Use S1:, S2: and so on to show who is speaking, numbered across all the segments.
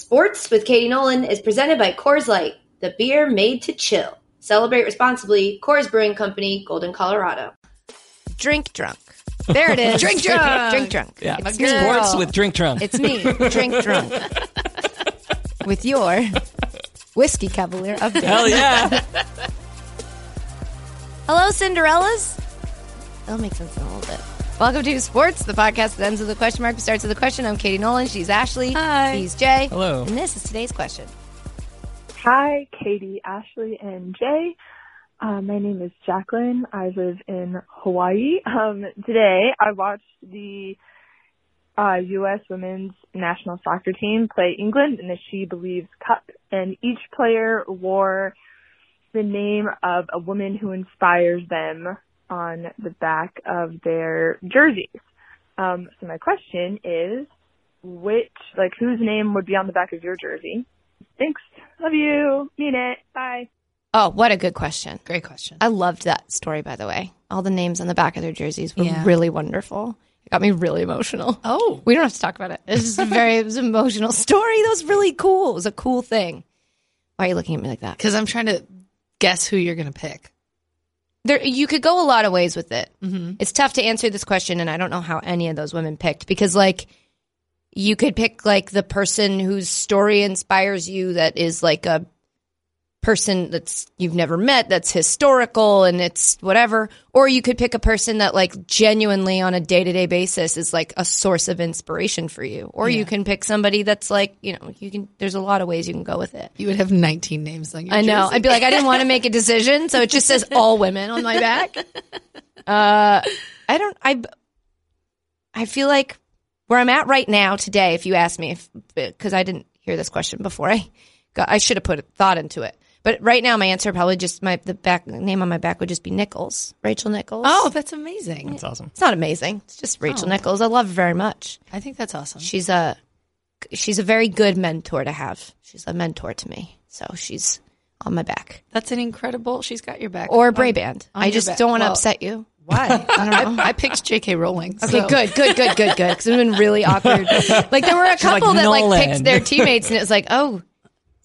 S1: Sports with Katie Nolan is presented by Coors Light, the beer made to chill. Celebrate responsibly. Coors Brewing Company, Golden, Colorado. Drink drunk. There it is.
S2: Drink drunk.
S1: Drink drunk.
S3: Yeah,
S1: It's me.
S3: sports with drink drunk.
S2: It's me, drink drunk, with your whiskey cavalier of the
S3: Hell yeah!
S2: Hello, Cinderellas. That'll make sense in a little bit. Welcome to Sports, the podcast that ends with a question mark, starts with a question. I'm Katie Nolan. She's Ashley.
S4: Hi.
S2: He's Jay.
S3: Hello.
S2: And this is today's question.
S4: Hi, Katie, Ashley, and Jay. Uh, my name is Jacqueline. I live in Hawaii. Um, today, I watched the uh, U.S. women's national soccer team play England in the She Believes Cup, and each player wore the name of a woman who inspires them on the back of their jerseys. Um, so my question is, which, like, whose name would be on the back of your jersey? Thanks. Love you. Mean it. Bye.
S2: Oh, what a good question.
S5: Great question.
S2: I loved that story, by the way. All the names on the back of their jerseys were
S5: Yeah.
S2: really wonderful. It got me really emotional.
S5: Oh.
S2: We don't have to talk about it. It's just a very it was an emotional story. That was really cool. It was a cool thing. Why are you looking at me like that?
S5: Because I'm trying to guess who you're going to pick.
S2: There, you could go a lot of ways with it. It's tough to answer this question, and I don't know how any of those women picked because, like, you could pick like the person whose story inspires you. That is like a person that's you've never met. That's historical and it's whatever. Or you could pick a person that, like, genuinely on a day to day basis is like a source of inspiration for you. Or you can pick somebody that's like, you know, you can. There's a lot of ways you can go with it.
S5: You would have 19 names on your
S2: I know.
S5: jersey.
S2: I'd be like, I didn't want to make a decision, so it just says all women on my back. Uh, I don't. I I feel like where I'm at right now today. If you ask me, because I didn't hear this question before, I got, I should have put thought into it. But right now, my answer probably just my the back name on my back would just be Nichols, Rachel Nichols.
S5: Oh, that's amazing.
S3: That's awesome.
S2: it's not amazing. It's just Rachel Nichols. I love her very much.
S5: I think that's awesome.
S2: She's a she's a very good mentor to have. She's a mentor to me, so she's on my back
S5: That's an incredible. She's got your back.
S2: or
S5: On-
S2: Brayband.
S5: on
S2: I
S5: your
S2: just
S5: back.
S2: don't want to
S5: Well,
S2: upset you.
S5: Why? I, I, picked J.K. Rowling.
S2: Okay,
S5: so-
S2: good, good, good, good, good. Because it's been really awkward. Like there were a
S3: like,
S2: couple that like
S3: "Nolan."
S2: picked their teammates, and it was like, oh,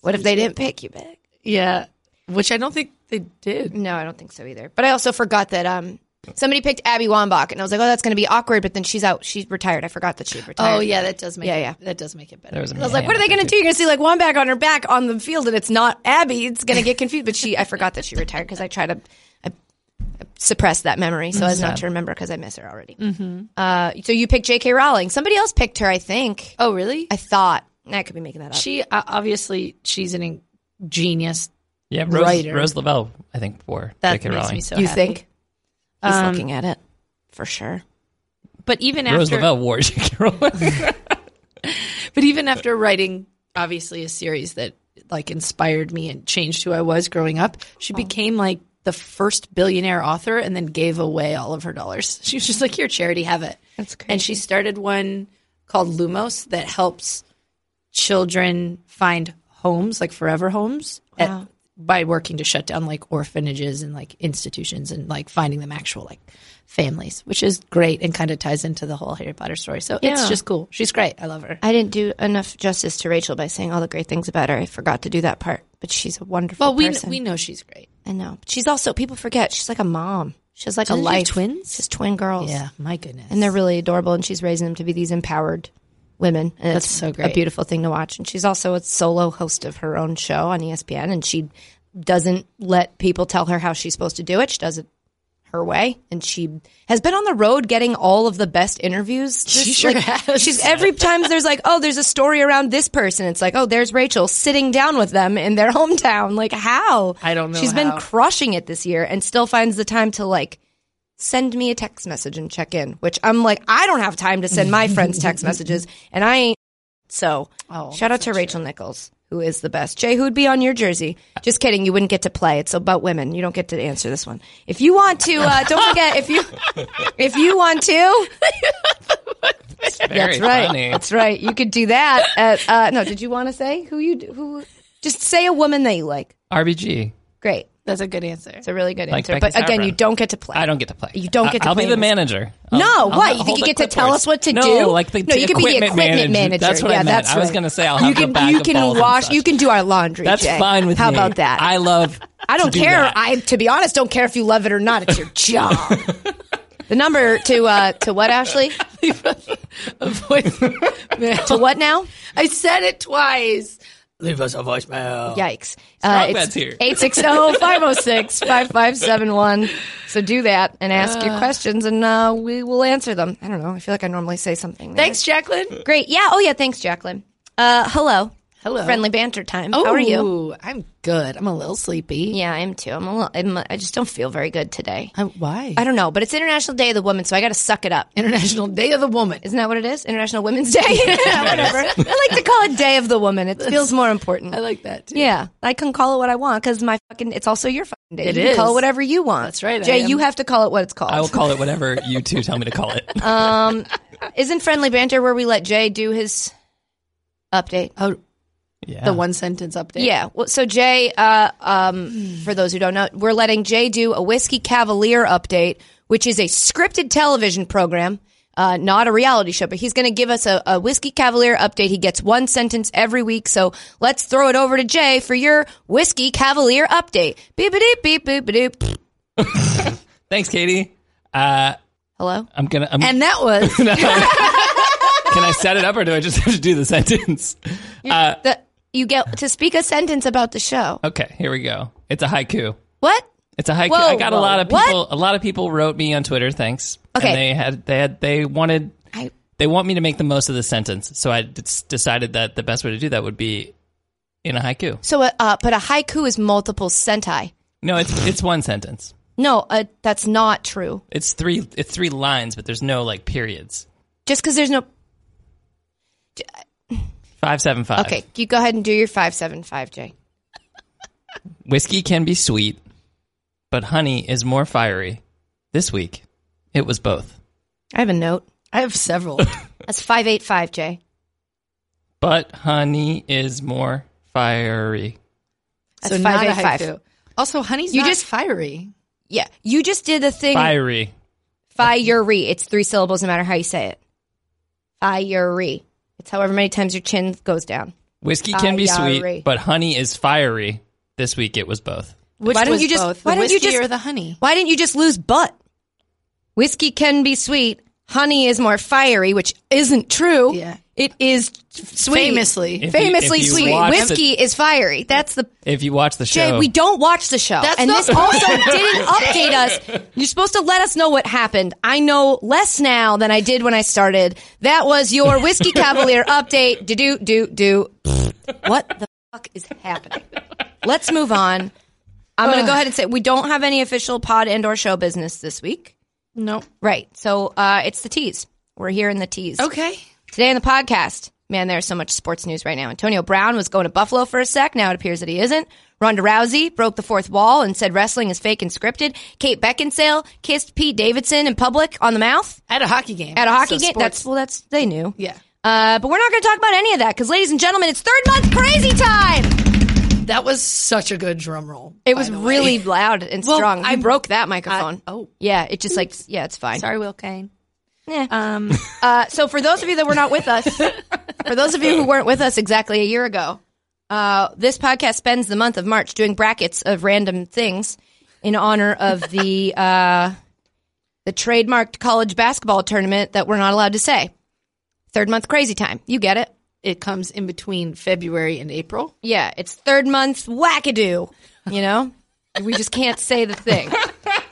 S2: what if they didn't pick you back?
S5: Yeah. Which I don't think they did.
S2: No, I don't think so either. But I also forgot that um somebody picked Abby Wambach, and I was like, oh, that's going to be awkward. But then she's out. She's retired. I forgot that she'd retired.
S5: Oh, yeah. That does make
S2: Yeah,
S5: it,
S2: yeah.
S5: That does make it better.
S3: There was a
S2: I was like, what are they going to do? You're going to see like Wambach on her back on the field, and it's not Abby. It's going to get confused. But she, I forgot that she retired because I tried to. I, I suppressed that memory so as not to remember because I miss her already. Uh, so you picked J.K. Rowling. Somebody else picked her, I think.
S5: oh, really?
S2: I thought I could be making that up.
S5: she uh, obviously she's an in- genius.
S3: Yeah, Rose,
S5: Writer.
S3: Rose Lavelle, I think, for
S5: That
S3: J.K.
S5: makes
S3: Rowling.
S5: me so
S2: you
S5: happy.
S2: think? He's
S5: Um,
S2: looking at it for sure.
S5: But even
S3: Rose
S5: after
S3: Lavelle wore J.K. Rowling.
S5: But even after writing, obviously, a series that like inspired me and changed who I was growing up, she
S2: Oh.
S5: became like the first billionaire author and then gave away all of her dollars. She was just like, here, charity, have it.
S2: That's
S5: And she started one called Lumos that helps children find homes, like forever homes, at- by working to shut down like orphanages and like institutions and like finding them actual like families, which is great and kind of ties into the whole Harry Potter story. So it's
S2: Yeah.
S5: just cool. She's great. I love her.
S2: I didn't do enough justice to Rachel by saying all the great things about her. I forgot to do that part, but she's a wonderful
S5: Well, we
S2: person.
S5: we know she's great.
S2: I know. But she's also people forget she's like a mom. She has like
S5: Doesn't
S2: a
S5: she have
S2: life.
S5: twins?
S2: She's twin girls.
S5: my goodness.
S2: And they're really adorable and she's raising them to be these empowered women. And
S5: That's
S2: it's
S5: so great.
S2: A beautiful thing to watch. And she's also a solo host of her own show on E ESPN and she doesn't let people tell her how she's supposed to do it. She does it her way and she has been on the road getting all of the best interviews
S5: She
S2: This,
S5: sure
S2: like,
S5: has.
S2: she's every time there's like oh there's a story around this person it's like oh there's rachel sitting down with them in their hometown like how
S5: I don't know
S2: She's been
S5: how.
S2: crushing it this year and still finds the time to like send me a text message and check in which i'm like i don't have time to send my friends text messages and i ain't so
S5: Oh,
S2: shout out to rachel nichols who is the best jay who'd be on your jersey just kidding you wouldn't get to play it's about women you don't get to answer this one if you want to uh, don't forget if you if you want to
S3: Very
S2: that's right.
S3: funny.
S2: That's right. You could do that. At, uh, no, did you want to say who you who? Just say a woman that you like.
S3: RBG.
S2: Great.
S5: That's a good answer.
S2: It's a really good
S3: Like
S2: answer.
S3: Becky
S2: but again,
S3: Sabra.
S2: you don't get to play.
S3: I don't get to play.
S2: You don't get to
S3: I- I'll
S2: play
S3: be the
S2: this.
S3: manager.
S2: No,
S3: I'll-
S2: what?
S3: I'll
S2: You think you
S3: hold
S2: get to
S3: clipboards.
S2: tell us what to
S3: no,
S2: do?
S3: like the
S2: No, you could be the equipment manager.
S3: That's what
S2: Yeah,
S3: I meant.
S2: that's
S3: I was
S2: right.
S3: going to say I'll have
S2: you
S3: the
S2: can
S3: bag
S2: you
S3: of
S2: can
S3: balls and
S2: wash
S3: such.
S2: you can do our laundry.
S3: That's
S2: Jay.
S3: fine with
S2: How
S3: me.
S2: about that?
S3: I love.
S2: I don't
S3: to do
S2: care.
S3: that.
S2: I, to be honest, don't care if you love it or not. It's your job. the number to uh, to what, Ashley? To what now?
S5: I said it twice. Leave us a voicemail.
S2: Yikes! Uh,
S3: Strong bet's here.
S2: oh, 860-506-5571. So do that and ask your questions, and uh, we will answer them. I don't know. I feel like I normally say something. there.
S5: Thanks, Jacqueline.
S2: Great. Yeah. Oh yeah. Thanks, Jacqueline. Uh, hello.
S5: Hello. Oh.
S2: Friendly banter time. How are you?
S5: Ooh, I'm good. I'm a little sleepy.
S2: Yeah, I am too. I'm a little. I'm, I just don't feel very good today.
S5: I- why?
S2: I don't know, but it's International Day of the Woman, so I got to suck it up.
S5: International Day of the Woman.
S2: Isn't that what it is? International Women's Day. Whatever. I like to call it Day of the Woman. It feels more important.
S5: I like that too.
S2: Yeah, I can call it what I want because my fucking. It's also your fucking day.
S5: It
S2: you can call it
S5: is.
S2: whatever you want.
S5: That's right, I
S2: Jay.
S5: am-
S2: You have to call it what it's called.
S3: I will call it whatever you two tell me to call it.
S2: Uh, Isn't friendly banter where we let Jay do his update?
S5: Oh,
S3: yeah.
S5: the one sentence update.
S2: Yeah. Well, so Jay, uh, um, for those who don't know, we're letting Jay do a Whiskey Cavalier update, which is a scripted television program, uh, not a reality show. But he's going to give us a, a Whiskey Cavalier update. He gets one sentence every week. So let's throw it over to Jay for your Whiskey Cavalier update. Beep a doop beep boop a doop.
S3: Thanks, Katie. Uh,
S2: Hello.
S3: I'm gonna. I'm,
S5: And that was
S3: can I set it up, or do I just have to do the sentence?
S2: The, you get to speak a sentence about the show.
S3: Okay, here we go. It's a haiku.
S2: What?
S3: It's a haiku.
S2: Whoa,
S3: I got
S2: whoa,
S3: a lot of
S2: what?
S3: people. A lot of people wrote me on Twitter. Thanks.
S2: Okay.
S3: And they had. They had. They wanted.
S2: I-
S3: they want me to make the most of the sentence. So I d- decided that the best way to do that would be in a haiku.
S2: So, uh, uh, but a haiku is multiple sentai.
S3: No, it's it's one sentence.
S2: No, uh, that's not true.
S3: It's three. It's three lines, but there's no like periods.
S2: Just because there's no
S3: Five seven five.
S2: Okay, you go ahead and do your 575, Jay.
S3: Whiskey can be sweet, but honey is more fiery. This week, it was both.
S2: I have a note.
S5: I have several.
S2: That's 585, Jay.
S3: But honey is more fiery.
S2: That's
S5: so not a
S2: 585.
S5: haiku. Also, honey's
S2: You
S5: not
S2: just-
S5: fiery.
S2: Yeah, you just did a thing.
S3: Fiery.
S2: Fiery. It's three syllables no matter how you say it. Fiery. It's however many times your chin goes down.
S3: Whiskey can be
S2: Fiery.
S3: sweet, but honey is fiery. This week it was both.
S5: Which
S2: Why don't
S5: was
S2: you just-
S5: both
S2: why
S5: the
S2: don't you
S5: whiskey
S2: just-
S5: or the honey?
S2: Why didn't you just lose butt? Whiskey can be sweet. Honey is more fiery, which isn't true.
S5: Yeah.
S2: It is sweet.
S5: Famously. If you-
S2: Famously
S3: if you
S2: sweet.
S3: watch
S2: Whiskey is fiery. That's the
S3: If you watch the show,
S2: Jay, we don't watch the show.
S5: That's
S2: and
S5: not-
S2: this also didn't update us. You're supposed to let us know what happened. I know less now than I did when I started. That was your Whiskey Cavalier update. Do do do do. What the fuck is happening? Let's move on. I'm going to go ahead and say we don't have any official pod and or show business this week.
S5: No.
S2: Right. So uh, it's the tease. We're here in the tease.
S5: Okay.
S2: Today on the podcast, man, there's so much sports news right now. Antonio Brown was going to Buffalo for a sec. Now it appears that he isn't. Ronda Rousey broke the fourth wall and said wrestling is fake and scripted. Kate Beckinsale kissed Pete Davidson in public on the mouth
S5: At a hockey game.
S2: at a hockey
S5: So
S2: game.
S5: sports-
S2: That's well, that's they knew.
S5: Yeah.
S2: Uh, but we're not going to talk about any of that because, ladies and gentlemen, it's third month crazy time.
S5: that was such a good drum roll.
S2: It
S5: by
S2: was
S5: the way.
S2: really loud and
S5: Well,
S2: strong. I
S5: I'm-
S2: broke that microphone.
S5: oh.
S2: yeah, it just like yeah, it's fine.
S5: Sorry, Will Kane.
S2: Yeah.
S5: Um,
S2: Uh, so for those of you that were not with us, for those of you who weren't with us exactly a year ago, uh, this podcast spends the month of March doing brackets of random things in honor of the uh, the trademarked college basketball tournament that we're not allowed to say. Third month crazy time. You get it?
S5: it comes in between February and April.
S2: Yeah, it's third month wackadoo. You know, we just can't say the thing.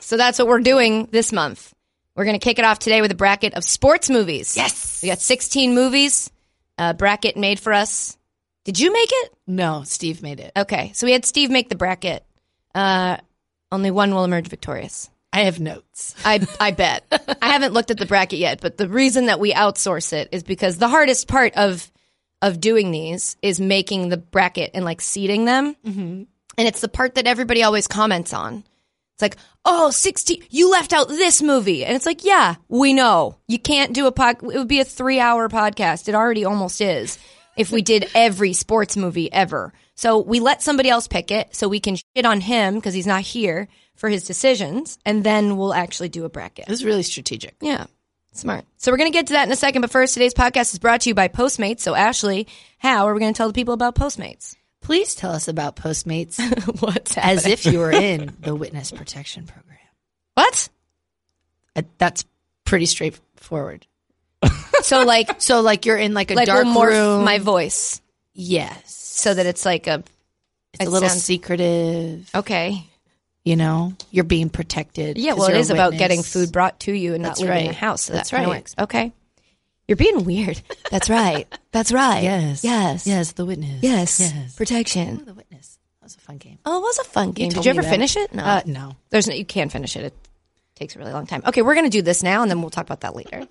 S2: So that's what we're doing this month. We're going to kick it off today with a bracket of sports movies.
S5: Yes.
S2: We got 16 movies, a bracket made for us. Did you make it?
S5: No, Steve made it.
S2: Okay. So we had Steve make the bracket. Uh, only one will emerge victorious.
S5: I have notes.
S2: I, I bet. I haven't looked at the bracket yet, but the reason that we outsource it is because the hardest part of of doing these is making the bracket and like seeding them. Mm-hmm. And it's the part that everybody always comments on. It's like, oh, 16, you left out this movie. And it's like, yeah, we know. You can't do a pod, it would be a three hour podcast. It already almost is. if we did every sports movie ever. So we let somebody else pick it so we can shit on him because he's not here for his decisions. And then we'll actually do a bracket.
S5: It was really strategic.
S2: Yeah. Smart. So we're going to get to that in a second. But first, today's podcast is brought to you by Postmates. So, Ashley, how are we going to tell the people about Postmates?
S5: Please tell us about Postmates
S2: What's
S5: as if you were in the witness protection program.
S2: What?
S5: Uh, That's pretty straightforward.
S2: So, like,
S5: So, like, you're in like a
S2: like we'll
S5: dark
S2: morph
S5: room.
S2: my voice
S5: yes,
S2: so that it's like a,
S5: it's
S2: it
S5: a little
S2: sounds-
S5: secretive.
S2: okay.
S5: You know, you're being protected.
S2: Yeah,
S5: 'cause
S2: well, it
S5: you're a
S2: is about getting
S5: witness.
S2: food brought to you and
S5: That's
S2: not leaving
S5: right.
S2: the house. So
S5: That's
S2: that kinda
S5: right.
S2: Works. Okay. You're being weird. That's right. That's right.
S5: Yes.
S2: Yes.
S5: Yes. The witness.
S2: Yes.
S5: Yes.
S2: Protection.
S5: the witness. That was a fun game.
S2: Oh, it was a fun game. Did
S5: told
S2: you
S5: me
S2: ever
S5: about
S2: finish it? No.
S5: Uh, no.
S2: There's no, you can't finish it. It takes a really long time. Okay, we're going to do this now and then we'll talk about that later.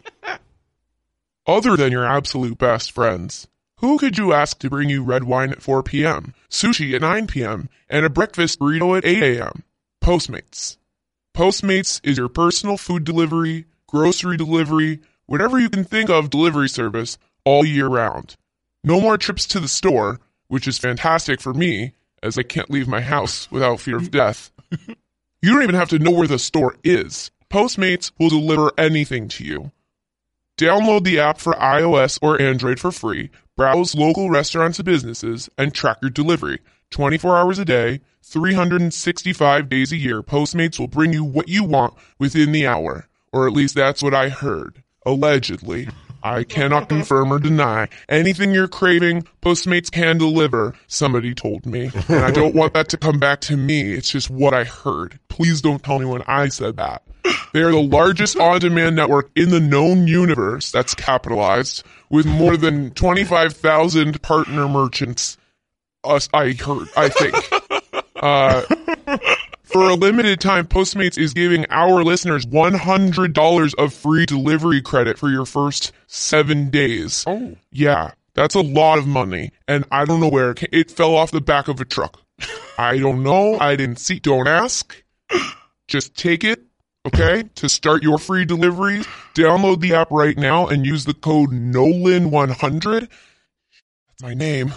S6: Other than your absolute best friends, who could you ask to bring you red wine at 4 p.m., sushi at 9 p.m., and a breakfast burrito at 8 a.m.? Postmates. Postmates is your personal food delivery, grocery delivery, whatever you can think of delivery service all year round. No more trips to the store, which is fantastic for me, as I can't leave my house without fear of death. you don't even have to know where the store is. Postmates will deliver anything to you. Download the app for iOS or Android for free, browse local restaurants and businesses, and track your delivery. 24 hours a day, 365 days a year, Postmates will bring you what you want within the hour. Or at least that's what I heard. Allegedly. I cannot confirm or deny. Anything you're craving, Postmates can deliver, somebody told me. And I don't want that to come back to me. It's just what I heard. Please don't tell anyone I said that. They are the largest on demand network in the known universe, that's capitalized, with more than 25,000 partner merchants. Us, I heard, I think. Uh, for a limited time, Postmates is giving our listeners $100 of free delivery credit for your first seven days. Oh. Yeah, that's a lot of money. And I don't know where it, ca- it fell off the back of a truck. I don't know. I didn't see. Don't ask. Just take it, okay? to start your free deliveries, download the app right now and use the code NOLAN100. That's my name.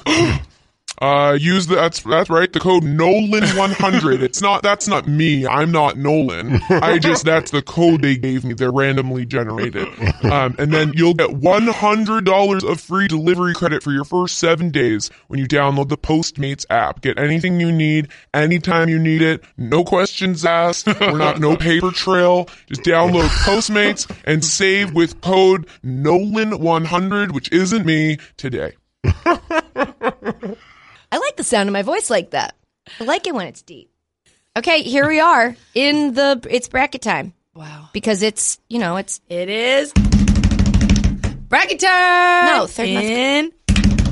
S6: Uh, use the that's that's right. The code Nolan one hundred. It's not that's not me. I'm not Nolan. I just that's the code they gave me. They're randomly generated. Um, and then you'll get one hundred dollars of free delivery credit for your first seven days when you download the Postmates app. Get anything you need anytime you need it. No questions asked. We're not no paper trail. Just download Postmates and save with code Nolan one hundred, which isn't me today.
S2: I like the sound of my voice like that. I like it when it's deep. Okay, here we are in the it's bracket time
S5: Wow.
S2: because it's, you know, it's
S5: It is bracket time.
S2: No, third month-
S5: in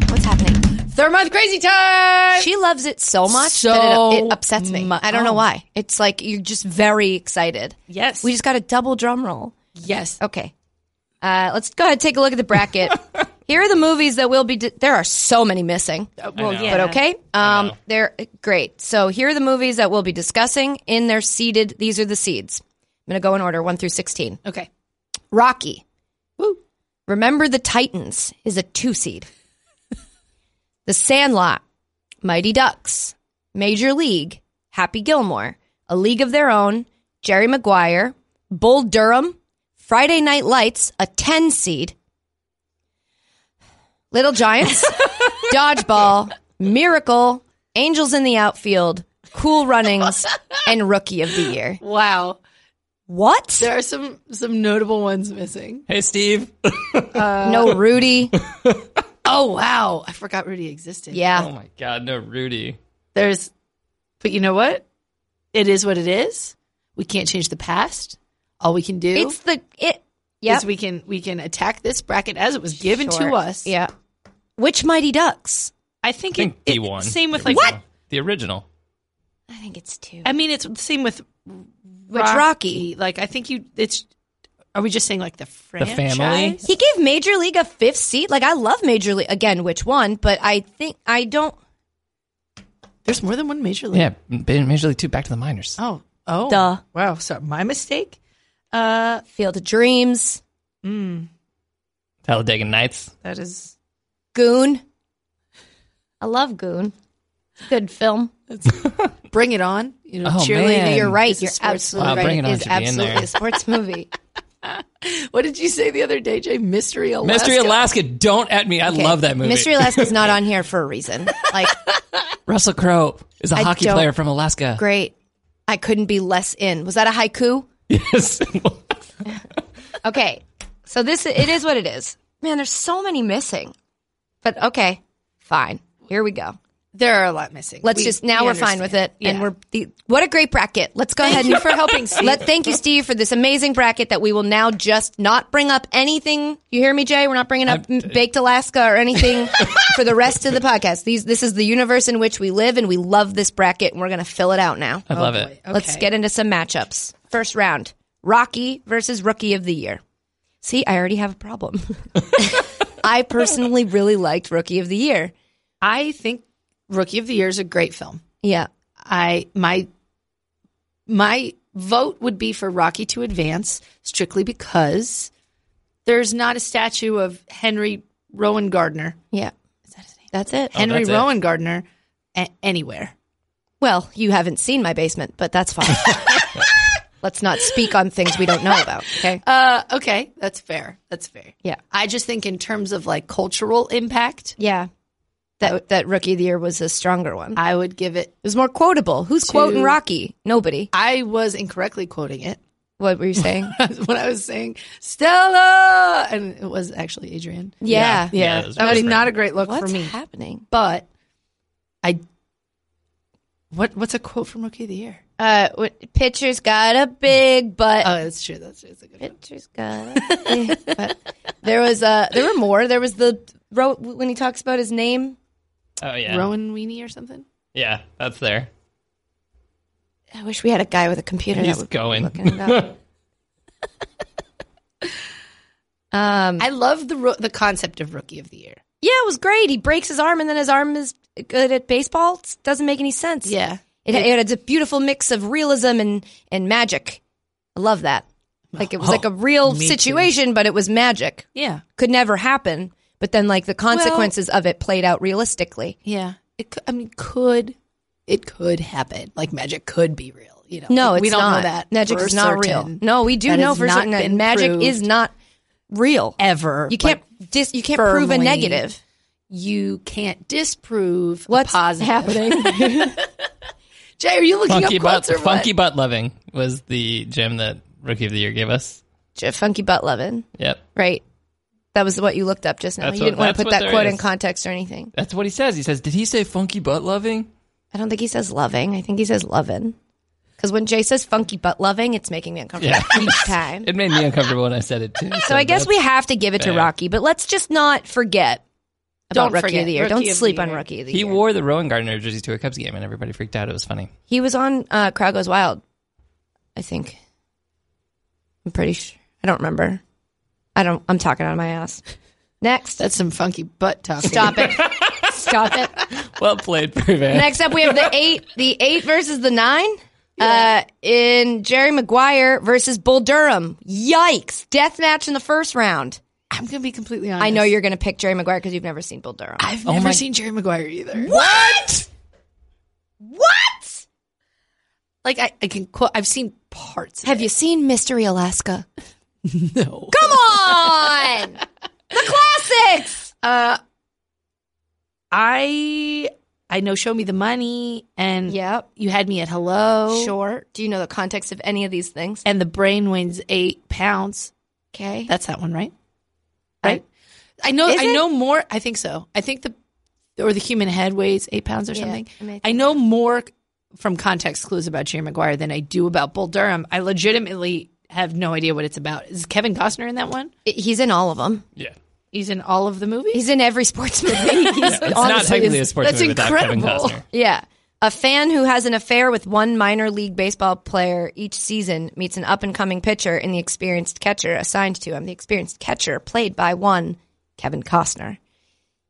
S2: what's happening.
S5: third month crazy time.
S2: She loves it so much
S5: So
S2: that it, it upsets me.
S5: mu-
S2: I don't know
S5: oh.
S2: why. It's like you're just very excited.
S5: yes,
S2: We just got a double drum roll.
S5: yes.
S2: Okay. Uh, let's go ahead and take a look at the bracket. Here are the movies that will be. di- there are so many missing.
S5: Uh, well,
S3: know.
S5: yeah,
S2: But okay, um, they're great. So here are the movies that we'll be discussing in their seeded. These are the seeds. I'm going to go in order one through sixteen.
S5: okay.
S2: Rocky. Remember the Titans is a two seed. the Sandlot, Mighty Ducks, Major League, Happy Gilmore, A League of Their Own, Jerry Maguire, Bull Durham, Friday Night Lights, a 10 seed. Little Giants, Dodgeball, Miracle, Angels in the Outfield, Cool Runnings, and Rookie of the Year.
S5: Wow,
S2: What?
S5: there are some some notable ones missing.
S3: Hey, Steve.
S2: Ah. No Rudy.
S5: Oh wow, I forgot Rudy existed.
S2: Yeah.
S3: Oh my God, no, Rudy.
S5: there's, but you know what? It is what it is. We can't change the past. All we can do
S2: It's the it. Yep.
S5: is we can we can attack this bracket as it was given
S2: Sure.
S5: to us.
S2: Yeah. Which Mighty Ducks?
S5: I
S3: I
S5: think,
S3: think
S5: it,
S3: D one.
S5: it, same with like
S3: The original.
S2: I think it's two.
S5: I mean, it's the same with
S2: Which Rocky?
S5: Like, I think you. It's. Are we just saying like the franchise?
S3: family?
S2: He gave Major League a fifth seat. Like I love Major League again. Which one? But I think I don't.
S5: There's more than one major league.
S3: Yeah, Major League Two, Back to the Minors.
S5: Oh. Oh.
S2: Duh.
S5: Wow. So my mistake. Uh.
S2: Field of Dreams,
S5: Mm,
S3: Talladega Nights.
S5: that is.
S2: Goon, I love Goon. It's a good film.
S5: Bring it on. You know,
S3: Oh,
S5: cheerleading.
S3: man.
S2: You're right.
S5: It's a
S2: You're
S5: sports
S2: absolutely
S3: Wow,
S2: right.
S3: Bring It On
S2: is
S3: should be in
S2: absolutely
S3: there.
S2: a sports movie.
S5: What did you say the other day, Jay? Mystery Alaska.
S3: Mystery Alaska, don't at me. I love that movie.
S2: Mystery Alaska's not on here for a reason. Like,
S3: Russell Crowe is a
S2: I
S3: hockey
S2: don't-
S3: player from Alaska.
S2: great. I couldn't be less in. Was that a haiku?
S3: Yes.
S2: Oh, Okay. So this it is what it is. Man, there's so many missing. But okay. Fine. Here we go.
S5: There are a lot missing.
S2: Let's
S5: We-
S2: just now
S5: we
S2: we're fine with
S5: understand.
S2: it, and
S5: Yeah.
S2: we're the, what a great bracket. Let's go ahead and for helping Steve. Let, thank you, Steve, for this amazing bracket that we will now just not bring up anything. You hear me, Jay? We're not bringing up m baked Alaska or anything for the rest of the podcast. These this is the universe in which we live, and we love this bracket, and we're going to fill it out now.
S3: I love it.
S2: Let's get into some matchups. First round: Rocky versus Rookie of the Year. See, I already have a problem. I personally really liked Rookie of the Year.
S5: I think Rookie of the Year is a great film.
S2: Yeah.
S5: I my my vote would be for Rocky to advance strictly because there's not a statue of Henry Rowan Gardner,
S2: Yeah. That's it.
S5: Henry
S3: Oh, that's it.
S5: Rowan Gardner, a- anywhere.
S2: Well, you haven't seen my basement, but that's fine. Let's not speak on things we don't know about. Okay.
S5: Uh, okay, that's fair. That's fair.
S2: Yeah.
S5: I just think in terms of like cultural impact,
S2: Yeah. That that rookie of the year was a stronger one. It
S5: I would give it.
S2: was more quotable. Who's quoting
S5: Two.
S2: Rocky? Nobody.
S5: I was incorrectly quoting it
S2: What were you saying?
S5: when I was saying Stella, and it was actually Adrian.
S2: Yeah.
S3: Yeah,
S5: Yeah,
S3: it was
S5: that was
S3: different.
S5: not a great look
S2: What's
S5: for me.
S2: happening?
S5: but I what what's a quote from Rookie of the Year?
S2: Uh, what, pitcher's got a big butt.
S5: Oh, that's true. That's true. That's a good one.
S2: pitcher's got a big butt. There was uh, there were more. There was the Ro- when he talks about his name.
S3: Oh, yeah.
S5: Rowan Weenie or something.
S3: Yeah, that's there.
S2: I wish we had a guy with a computer.
S3: He's
S2: that would be
S3: going.
S2: looking it up. um.
S5: I love the ro- the concept of Rookie of the Year.
S2: Yeah, it was great. He breaks his arm, and then his arm is good at baseball. It doesn't make any sense.
S5: Yeah,
S2: it, it, it's a beautiful mix of realism and and magic. I love that. Like it was like a real
S5: Oh, me
S2: situation, but it was magic.
S5: yeah,
S2: Could never happen. But then, like the consequences of it played out realistically.
S5: yeah. It cou- I mean, could it could happen? Like magic could be real. You know,
S2: No,
S5: Like,
S2: it's
S5: we don't
S2: not.
S5: know that
S2: magic
S5: for
S2: is not real.
S5: certain.
S2: No, we do
S5: That
S2: know
S5: has
S2: for
S5: not
S2: certain that
S5: been
S2: magic
S5: proved
S2: is not real
S5: ever.
S2: You can't
S5: Like,
S2: dis, you can't prove a
S5: firmly
S2: negative.
S5: you can't disprove a
S2: What's
S5: positive.
S2: happening?
S5: Jay, are you looking
S3: Funky
S5: up
S3: butt,
S5: quotes or
S3: funky
S5: what?
S3: butt loving was the gem that Rookie of the Year gave us.
S2: Funky butt loving.
S3: Yep,
S2: Right. That was what you looked up just now.
S3: That's
S2: you didn't
S3: what-
S2: want to
S3: that's
S2: put
S3: what
S2: that
S3: there
S2: quote in
S3: is.
S2: context or anything.
S3: that's what he says. He says, "Did he say funky butt loving?"
S2: I don't think he says loving. I think he says lovin'. Because when Jay says funky butt loving, it's making me uncomfortable each time.
S3: It made me uncomfortable when I said it too.
S2: So I guess we have to give it to
S3: fair.
S2: Rocky, but let's just not forget about
S5: Don't
S2: Rookie
S5: forget
S2: of the Year.
S5: Rookie
S2: Don't
S5: of the
S2: sleep on
S5: Year.
S2: Rookie of the
S3: He
S2: Year.
S3: wore the Rowan Gardner jersey to a Cubs game, and everybody freaked out. It was funny.
S2: he was on uh, Crowd Goes Wild, I think. I'm pretty sure. I don't remember. I don't. I'm talking out of my ass. Next.
S5: That's some funky butt talk.
S2: Stop it. Stop it.
S3: Well played, Privan.
S2: Next up, we have the eight, the eight versus the nine. Uh, in Jerry Maguire versus Bull Durham. Yikes! Death match in the first round.
S5: I'm gonna be completely honest.
S2: I know you're going to pick Jerry Maguire because you've never seen Bull Durham.
S3: Oh
S5: I've never seen Jerry Maguire either.
S2: what? What?
S5: Like I, I can quote. I've seen parts. Of
S2: Have you seen Mystery Alaska?
S5: it. no?
S2: Come on, the classics.
S5: Uh, I I know. Show me the money, and
S2: Yep.
S5: you had me at hello.
S2: Sure. Do you know the context of any of these things?
S5: And the brain weighs eight pounds.
S2: Okay.
S5: That's that one, right?
S2: I-
S5: Right. I, know.
S2: Is
S5: I
S2: it?
S5: know more. I think so. I think the or the human head weighs eight pounds or
S2: Yeah,
S5: something.
S2: I mean, I
S5: I know more from context clues about Jerry Maguire than I do about Bull Durham. I legitimately have no idea what it's about. Is Kevin Costner in that one?
S2: He's in all of them.
S3: Yeah,
S5: He's in all of the movies.
S2: He's in every sports movie. He's
S3: it's
S2: honestly-
S3: not technically a sports
S5: that's
S3: movie without Kevin
S5: incredible.
S3: Costner.
S2: Yeah. A fan who has an affair with one minor league baseball player each season meets an up and coming pitcher and the experienced catcher assigned to him. The experienced catcher, played by one, Kevin Costner.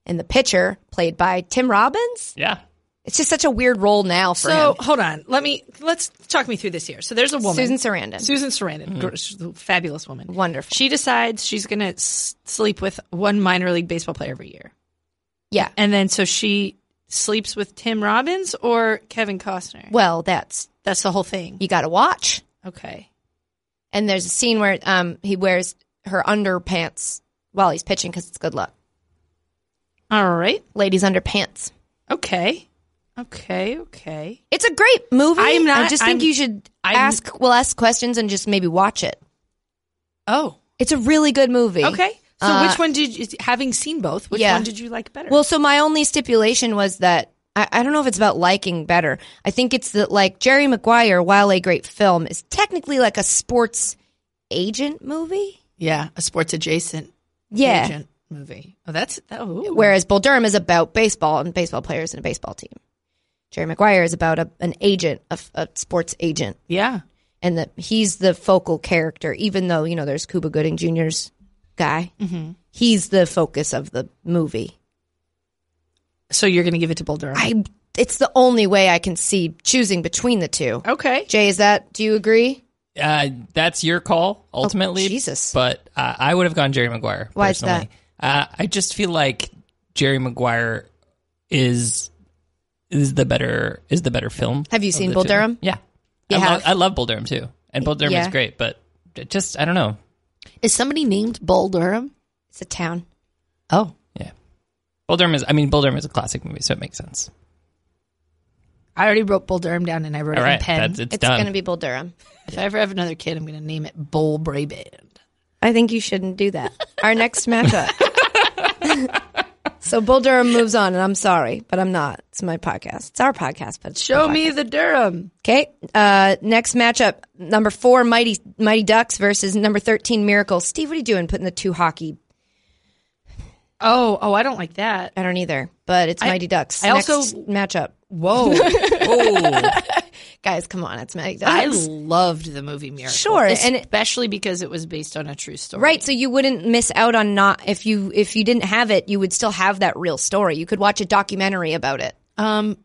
S2: And the pitcher, played by Tim Robbins.
S3: Yeah,
S2: It's just such a weird role now for
S5: So
S2: him.
S5: hold on. Let me let's talk me through this here. So there's a woman,
S2: Susan Sarandon. Mm-hmm.
S5: Susan Sarandon, gr- she's a fabulous woman,
S2: Wonderful.
S5: She decides she's going to sleep with one minor league baseball player every year,
S2: yeah.
S5: and then so she sleeps with Tim Robbins or Kevin Costner?
S2: Well, that's
S5: That's the whole thing.
S2: you got to watch.
S5: Okay.
S2: And there's a scene where um he wears her underpants while he's pitching because it's good luck.
S5: All right.
S2: Ladies underpants.
S5: Okay. Okay. Okay.
S2: It's a great movie.
S5: I'm not-
S2: I just think
S5: I'm-
S2: you should
S5: I'm-
S2: ask. We'll ask questions and just maybe watch it.
S5: Oh.
S2: It's a really good movie.
S5: Okay. So
S2: Uh,
S5: which one did you, having seen both, which
S2: yeah.
S5: one did you like better?
S2: Well, so my only stipulation was that I, I don't know if it's about liking better. I think it's that like Jerry Maguire, while a great film, is technically like a sports agent movie.
S5: yeah, a sports adjacent
S2: Yeah.
S5: agent movie. Oh, that's that. ooh.
S2: Whereas Bull Durham is about baseball and baseball players and a baseball team. Jerry Maguire is about a, an agent, a, f- a sports agent,
S5: Yeah.
S2: and that he's the focal character. Even though you know there's Cuba Gooding Jr.'s guy, he's the focus of the movie.
S5: So you're going to give it to Bull Durham.
S2: I it's the only way I can see choosing between the two.
S5: okay.
S2: Jay, is that? Do you agree?
S3: Uh, that's your call ultimately.
S2: Oh, Jesus.
S3: But uh, I would have gone Jerry Maguire.
S2: Why is
S3: personally. Uh, I just feel like Jerry Maguire is is the better is the better film.
S2: Have you
S3: of
S2: seen
S3: the
S2: Bull
S3: two.
S2: Durham?
S3: Yeah,
S2: You
S3: I, lo-
S2: have?
S3: I love Bull Durham too, and Bull Durham
S2: Yeah.
S3: is great. But it just I don't know.
S5: Is somebody named Bull Durham?
S2: It's a town.
S5: Oh.
S3: Yeah, Bull Durham is. I mean, Bull Durham is a classic movie, so it makes sense.
S5: I already wrote Bull Durham down and I wrote
S3: All
S5: it
S3: right,
S5: in pen.
S3: that's, it's,
S2: It's
S3: done.
S2: going to be Bull Durham.
S5: If I ever have another kid, I'm going to name it Bull Brayband.
S2: I think you shouldn't do that. Our next matchup. so Bull Durham moves on, and I'm sorry, but I'm not. It's my podcast. It's our podcast, but it's
S5: Show me the Durham.
S2: Okay. Uh, next matchup, number four, Mighty Mighty Ducks versus number thirteen, Miracle. Steve, what are you doing? Putting the two hockey?
S5: Oh, oh, I don't like that.
S2: I don't either, but it's Mighty Ducks.
S5: I also-
S2: Next matchup,
S5: Whoa.
S2: guys. Come on, it's Mighty Ducks.
S5: I loved the movie Miracle.
S2: Sure, and it-
S5: especially because it was based on a true story.
S2: Right, so you wouldn't miss out on not if you if you didn't have it, you would still have that real story. You could watch a documentary about it.
S5: Um,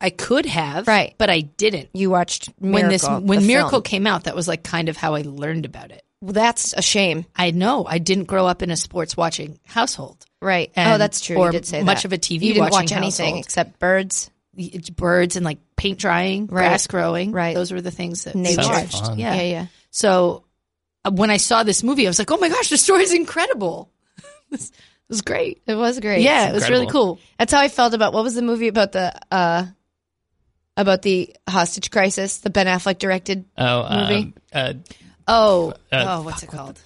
S5: I could have,
S2: Right.
S5: but I didn't.
S2: You watched Miracle,
S5: when this when
S2: the
S5: Miracle
S2: film.
S5: came out, that was like kind of how I learned about it.
S2: Well, that's a shame,
S5: I know I didn't grow up in a sports watching household.
S2: right? oh,
S5: And-
S2: that's true.
S5: or
S2: you did say
S5: much
S2: that.
S5: of a TV
S2: You didn't watch
S5: watching
S2: anything
S5: household.
S2: except birds.
S5: It's birds and like paint drying,
S2: Right.
S5: grass growing.
S2: Right.
S5: those were the things that
S2: Nature.
S5: we
S2: Sounds
S5: watched.
S3: fun.
S5: Yeah.
S2: Yeah, yeah. yeah.
S5: So uh, when I saw this movie, I was like, "Oh my gosh, the story's incredible! this, this was great.
S2: It was great.
S5: Yeah, it was really
S3: incredible.
S5: cool.
S2: that's how I felt about what was the movie about the uh about the hostage crisis, the Ben Affleck directed.
S3: Oh, um,
S2: Movie?
S3: uh,
S5: Oh,
S3: Uh,
S5: oh, what's it called?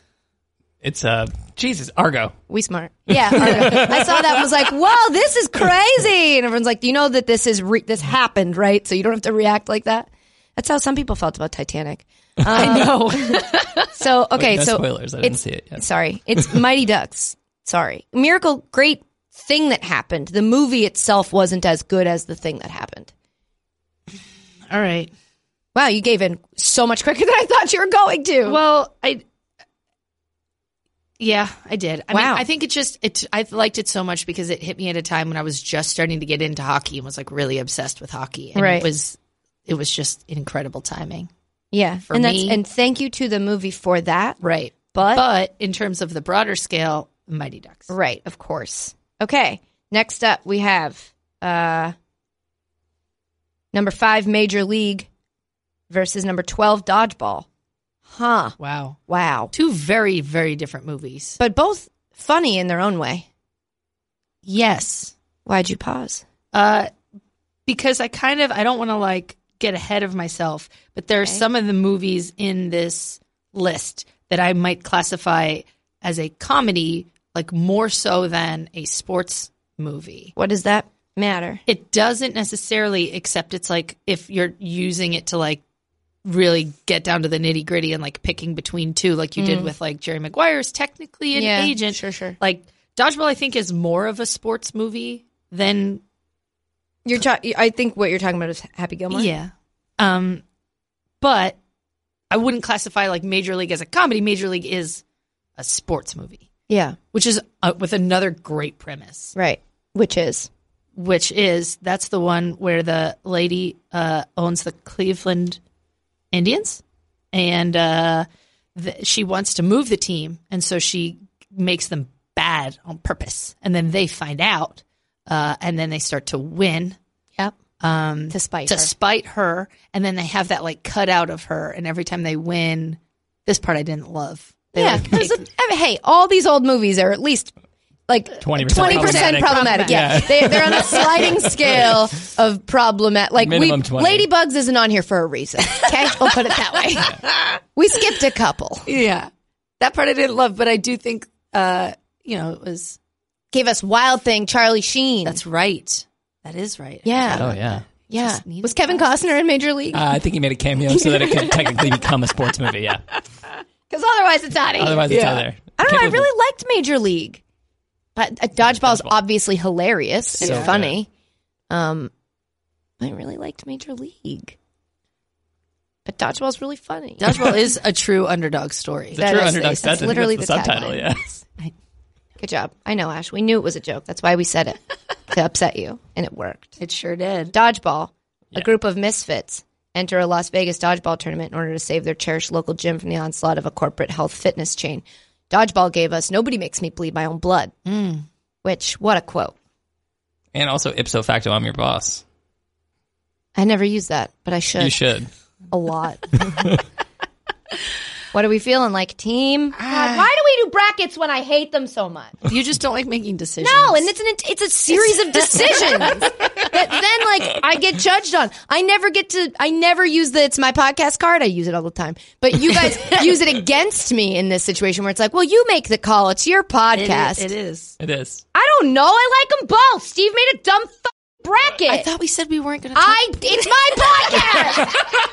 S3: it's uh, Jesus Argo.
S2: We smart. Yeah, Argo. I saw that and was like, "Whoa, this is crazy!" And everyone's like, "You know that this is re- this happened, right? So you don't have to react like that." That's how some people felt about Titanic. Um,
S5: I know.
S2: So okay,
S3: no
S2: so
S3: spoilers. I didn't
S2: it's-
S3: see it yet.
S2: Sorry, it's Mighty Ducks. Sorry, Miracle. Great thing that happened. The movie itself wasn't as good as the thing that happened.
S5: All right.
S2: Wow, you gave in so much quicker than I thought you were going to.
S5: Well, I. Yeah, I did. I
S2: Wow.
S5: mean, I think it just it. I liked it so much because it hit me at a time when I was just starting to get into hockey and was like really obsessed with hockey. And
S2: Right.
S5: It was it was just incredible timing.
S2: yeah,
S5: for
S2: and
S5: me-
S2: and thank you to the movie for that.
S5: Right.
S2: But-
S5: but in terms of the broader scale, Mighty Ducks.
S2: Right, of course. Okay. Next up, we have uh number 5 Major League versus number 12 Dodgeball. Huh.
S5: Wow.
S2: Wow.
S5: Two very very different movies.
S2: But both funny in their own way.
S5: yes.
S2: Why'd you pause?
S5: Uh, because I kind of I don't want to like get ahead of myself, but there are
S2: Okay.
S5: some of the movies in this list that I might classify as a comedy, like more so than a sports movie.
S2: What does that matter?
S5: It doesn't necessarily, except it's like if you're using it to like really get down to the nitty gritty and like picking between two, like you did with like Jerry Maguire is technically an
S2: Mm. Yeah,
S5: agent.
S2: sure, sure.
S5: Like Dodgeball, I think is more of a sports movie than
S2: You're ta- I think what you're talking about is Happy Gilmore.
S5: Yeah. Um, but I wouldn't classify like Major League as a comedy. Major League is a sports movie,
S2: Yeah,
S5: which is uh, with another great premise,
S2: right. Which is
S5: which is that's the one where the lady uh, owns the Cleveland Indians, and uh, th- she wants to move the team, and so she makes them bad on purpose, and then they find out. uh, and then they start to win
S2: Yep.
S5: um,
S2: To spite
S5: to
S2: her.
S5: spite her, and then they have that like cut out of her, and every time they win, this part I didn't love. They,
S2: yeah.
S5: like,
S2: there's
S5: take-
S2: a- I mean, hey, all these old movies are at least like
S3: 20%
S2: 20% problematic.
S5: problematic.
S2: Yeah. they, they're on a sliding scale of problematic. Like,
S3: Minimum
S2: we,
S3: 20.
S2: Ladybugs isn't on here for a reason. Okay. we'll put it that way. We skipped a couple.
S5: yeah, that part I didn't love, but I do think uh, you know it was.
S2: Gave us Wild Thing, Charlie Sheen.
S5: That's right. That is right.
S2: Yeah.
S3: Oh yeah.
S2: yeah.
S5: just needed
S2: Was Kevin Costner in Major League?
S3: Uh, I think he made a cameo so that it could technically become a sports movie. Yeah.
S2: Because otherwise, it's out of here.
S3: Otherwise, it's out there.
S2: I don't know. I
S3: Can't believe-
S2: really liked Major League, but uh, dodgeball's obviously hilarious and
S3: So
S2: funny. Um, I really liked Major League, but dodgeball's really funny.
S5: Dodgeball is a true underdog story.
S3: the
S2: that
S3: true
S2: is-
S3: underdog.
S2: that's
S3: That's, that's
S2: literally
S3: literally the,
S2: the
S3: subtitle.
S2: tagline.
S3: Yeah.
S2: Good job. I know, Ash. We knew it was a joke. That's why we said it to upset you, and it worked.
S5: It sure did.
S2: Dodgeball,
S3: Yeah.
S2: a group of misfits enter a Las Vegas dodgeball tournament in order to save their cherished local gym from the onslaught of a corporate health fitness chain. Dodgeball gave us Nobody Makes Me Bleed My Own Blood,
S5: Hmm.
S2: which, what a quote.
S3: And also ipso facto, I'm your boss.
S2: I never use that, but I should,
S3: You should.
S2: a lot. what are we feeling like, team? God, why do we do brackets when I hate them so much?
S5: You just don't like making decisions.
S2: No, and it's an it's a series of decisions that then like I get judged on. I never get to I never use the it's my podcast card. I use it all the time. But you guys use it against me in this situation where it's like, well, you make the call. It's your podcast.
S5: It is.
S3: It is.
S2: I don't know. I like them both. Steve made a dumb f- bracket.
S5: I thought we said we weren't going to.
S2: I it's my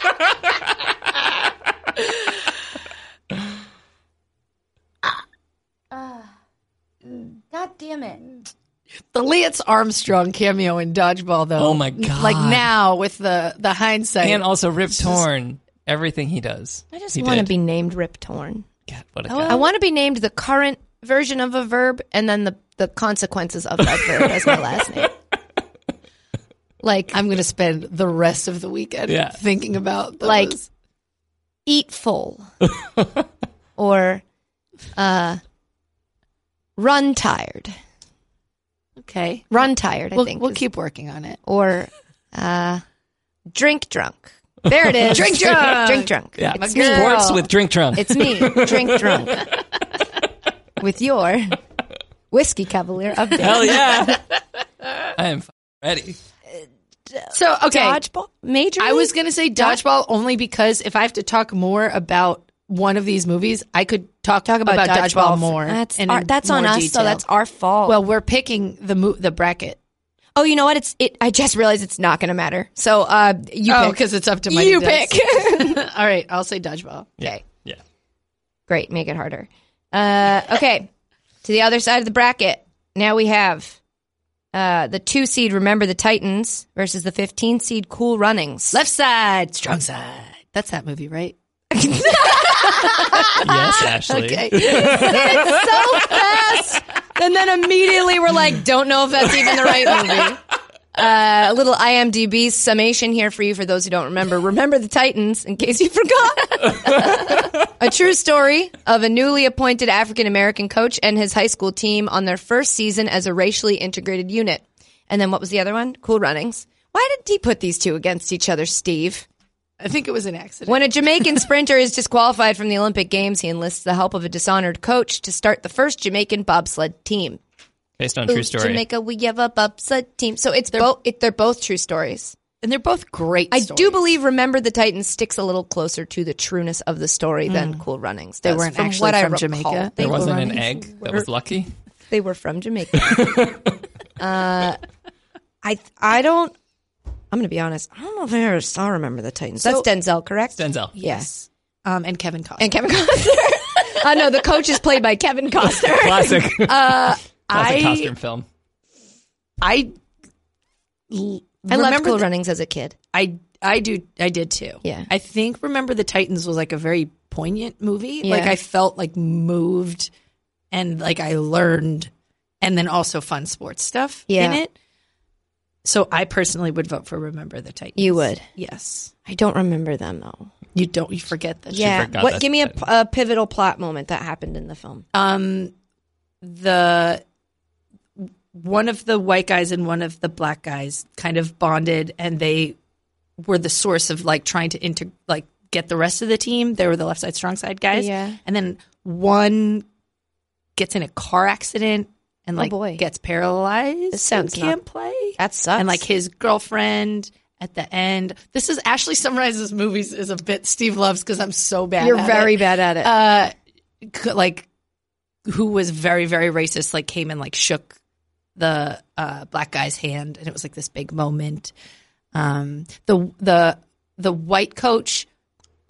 S2: podcast. God damn it.
S4: Mm.
S5: the Lance Armstrong cameo in Dodgeball, though.
S3: Oh, my God. oh
S5: Like now with the the hindsight.
S3: And also Rip Torn. Everything he does.
S2: I just
S3: He
S2: want to
S3: did.
S2: be named Rip Torn.
S3: God, what a
S2: I
S3: guy.
S2: want to be named the current version of a verb and then the, the consequences of that verb as my last name. Like
S5: I'm going to spend the rest of the weekend
S3: Yeah.
S5: thinking about those.
S2: Like- eat full or uh, run tired.
S5: okay,
S2: Run tired, I
S5: we'll,
S2: think.
S5: we'll
S2: is-
S5: keep working on it.
S2: or uh, drink drunk. There it is. drink
S5: drunk.
S2: Drink drunk.
S3: Yeah.
S2: It's me.
S3: Sports with drink drunk.
S2: It's me, drink drunk, with your whiskey cavalier update.
S3: Hell yeah. I am f- ready.
S5: So okay,
S2: Dodgeball major.
S5: I was going to say dodgeball only because if I have to talk more about one of these movies, I could talk talk about, dodgeball, more.
S2: That's
S5: and
S2: our,
S5: in
S2: that's on
S5: more
S2: us,
S5: detail.
S2: so that's our fault.
S5: well, we're picking the mo- the bracket.
S2: oh, you know what? It's it. I just realized it's not going to matter. So uh, you
S5: oh,
S2: pick.
S5: because it's up to my
S2: You
S5: All right, I'll say dodgeball.
S2: Okay,
S3: Yeah.
S2: great. Make it harder. Uh, okay, to the other side of the bracket. Now we have uh, the two seed. Remember the Titans versus the fifteen seed. Cool Runnings.
S5: Left side, strong side. That's that movie, right?
S3: Yes, Ashley.
S2: so fast. And then immediately we're like, don't know if that's even the right movie. Uh, a little IMDb summation here for you, for those who don't remember. Remember the Titans, in case you forgot. a true story of a newly appointed African American coach and his high school team on their first season as a racially integrated unit. And then what was the other one? Cool Runnings. Why did he put these two against each other, Steve?
S5: I think it was an accident.
S2: When a Jamaican sprinter is disqualified from the Olympic Games, he enlists the help of a dishonored coach to start the first Jamaican bobsled team.
S3: Based on a true
S2: Ooh,
S3: story.
S2: Jamaica, we have a bobsled team. So it's both. It, they're both true stories.
S5: and they're both great.
S2: I do believe "Remember the Titans" sticks a little closer to the trueness of the story than "Cool Runnings." Does,
S5: They weren't
S2: from
S5: actually
S2: what I
S5: from
S2: recall.
S5: Jamaica.
S2: They,
S3: there
S2: were,
S3: wasn't an egg that was lucky.
S2: they were from Jamaica. uh, I I don't. I'm going to be honest. I don't know if I ever saw "Remember the Titans."
S5: So-
S2: That's Denzel, correct?
S3: Denzel.
S2: Yes.
S5: Um, and Kevin Costner.
S2: and Kevin Costner. uh, no, the coach is played by Kevin Costner.
S3: Classic.
S2: Uh,
S3: Classic
S5: I-
S3: costume film.
S5: I,
S2: I loved
S5: remember
S2: Cool
S5: the-
S2: Runnings as a kid.
S5: I, I do, I did too.
S2: Yeah.
S5: I think Remember the Titans was like a very poignant movie.
S2: Yeah.
S5: Like I felt like moved, and like I learned, and then also fun sports stuff
S2: Yeah.
S5: in it. So I personally would vote for Remember the Titans.
S2: You would.
S5: yes.
S2: I don't remember them though.
S5: You don't. You forget that.
S2: yeah.
S3: forgot
S2: What?
S3: that-
S2: Give me a, a pivotal plot moment that happened in the film.
S5: Um, the one of the white guys and one of the black guys kind of bonded and they were the source of like trying to inter- like get the rest of the team. They were the left side strong side guys.
S2: Yeah.
S5: And then one gets in a car accident and
S2: Oh,
S5: like
S2: boy.
S5: gets paralyzed.
S2: This sounds
S5: and can't play.
S2: That sucks.
S5: And like his girlfriend at the end. This is Ashley summarizes movies as a bit Steve loves because I'm so bad.
S2: you're
S5: at
S2: very
S5: it.
S2: bad at it.
S5: Uh, c- like who was very very racist like came and like shook the uh, black guy's hand and it was like this big moment um the the the white coach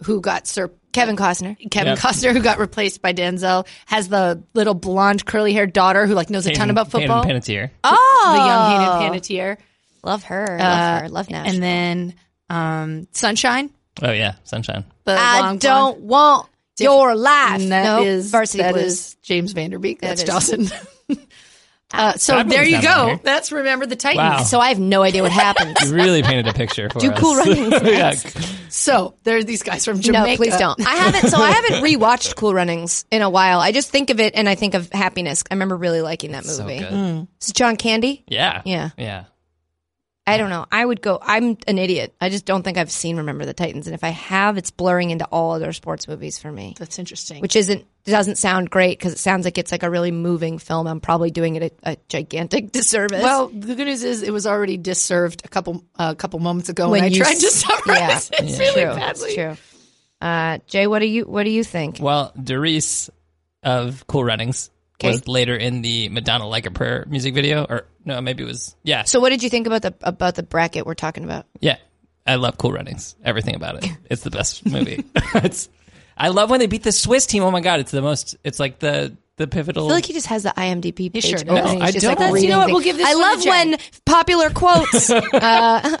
S5: who got sur-
S2: Kevin Costner.
S5: Kevin
S3: Yep.
S5: Costner, who got replaced by Denzel, has the little blonde, curly-haired daughter who like knows a ton about football.
S3: Hayden Panettiere.
S5: the
S2: Oh,
S5: young Hayden Panettiere,
S2: Love her.
S5: Uh,
S2: Love her. Love Nash.
S5: and then um, Sunshine.
S3: Oh yeah, Sunshine.
S5: The
S2: I
S5: long blonde-
S2: don't want your life.
S5: And that
S2: no,
S5: is-
S2: varsity
S5: that
S2: blues.
S5: is James Vanderbeek. That's
S2: is.
S5: Dawson. uh, so
S3: Godwin's
S5: there you
S3: not on
S5: go.
S3: here.
S5: That's Remember the Titans.
S3: Wow.
S2: So I have no idea what happens.
S3: Oh. You really painted a picture for
S2: Do
S3: us.
S2: cool runnings
S3: yeah.
S5: So there are these guys from Jamaica.
S2: no, please don't. I haven't. So I haven't rewatched Cool Runnings in a while. I just think of it and I think of Happiness. I remember really liking that
S3: So
S2: movie.
S3: good.
S2: It's John Candy.
S3: Yeah.
S2: Yeah.
S3: Yeah.
S2: I don't know. I would go. I'm an idiot. I just don't think I've seen Remember the Titans, and if I have, it's blurring into all other sports movies for me,
S5: That's interesting.
S2: which isn't doesn't sound great because it sounds like it's like a really moving film. I'm probably doing it a, a gigantic disservice.
S5: well, the good news is it was already disserved a couple a couple moments ago when,
S2: When
S5: I
S2: you
S5: tried to
S2: s-
S5: summarize
S2: yeah.
S5: it
S2: It's
S5: really
S2: true.
S5: badly.
S2: It's true. Uh, Jay, what do you what do you think?
S3: Well, Doris of Cool Runnings was
S2: Okay.
S3: later in the Madonna Like a Prayer music video, or no, maybe it was yeah,
S2: So, what did you think about the about the bracket we're talking about?
S3: yeah. I love Cool Runnings. Everything about it. It's the best movie. it's. I love when they beat the Swiss team. Oh my god, it's the most. It's like the the pivotal.
S2: I feel like he just has the IMDb page.
S5: sure
S2: open
S5: does.
S2: and
S3: No,
S2: he's
S3: Oh, I
S2: just,
S3: don't.
S2: like,
S3: That's- you
S2: reading
S5: know what,
S2: things.
S5: we'll give this
S2: I
S5: one to
S2: love
S5: Jay.
S2: when popular quotes. uh,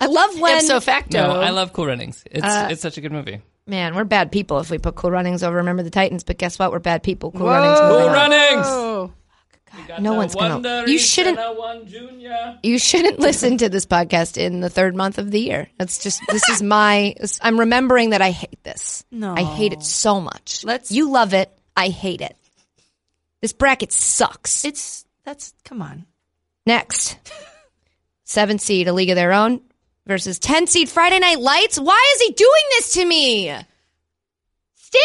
S2: I love when.
S5: Ipso facto.
S3: no, I love Cool Runnings. It's
S2: Uh,
S3: it's such a good movie.
S2: Man, we're bad people if we put Cool Runnings over Remember the Titans. But guess what? We're bad people. Cool Runnings. moving
S3: Cool
S2: on.
S3: Runnings.
S2: No one's Oh, gonna. You shouldn't.
S3: One junior.
S2: You shouldn't listen to this podcast in the third month of the year. That's just. This is my. I'm remembering that I hate this.
S5: No.
S2: I hate it so much.
S5: Let's-
S2: You love it. I hate it. This bracket sucks.
S5: It's that's come on.
S2: Next, seven seed, a league of their own versus 10 seed Friday Night Lights. Why is he doing this to me? Steve!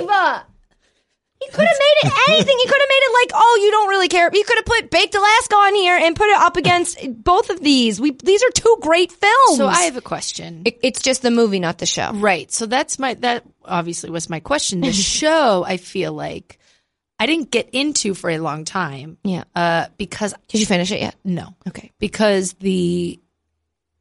S2: He could have made it anything. He could have made it like, oh, you don't really care. He could have put Baked Alaska on here and put it up against both of these. We These are two great films.
S5: So I have a question.
S2: It- it's just the movie, not the show.
S5: Right. So that's my that obviously was my question. The show, I feel like I didn't get into for a long time
S2: Yeah.
S5: uh, because
S2: Did you finish it yet?
S5: no,
S2: Okay.
S5: because the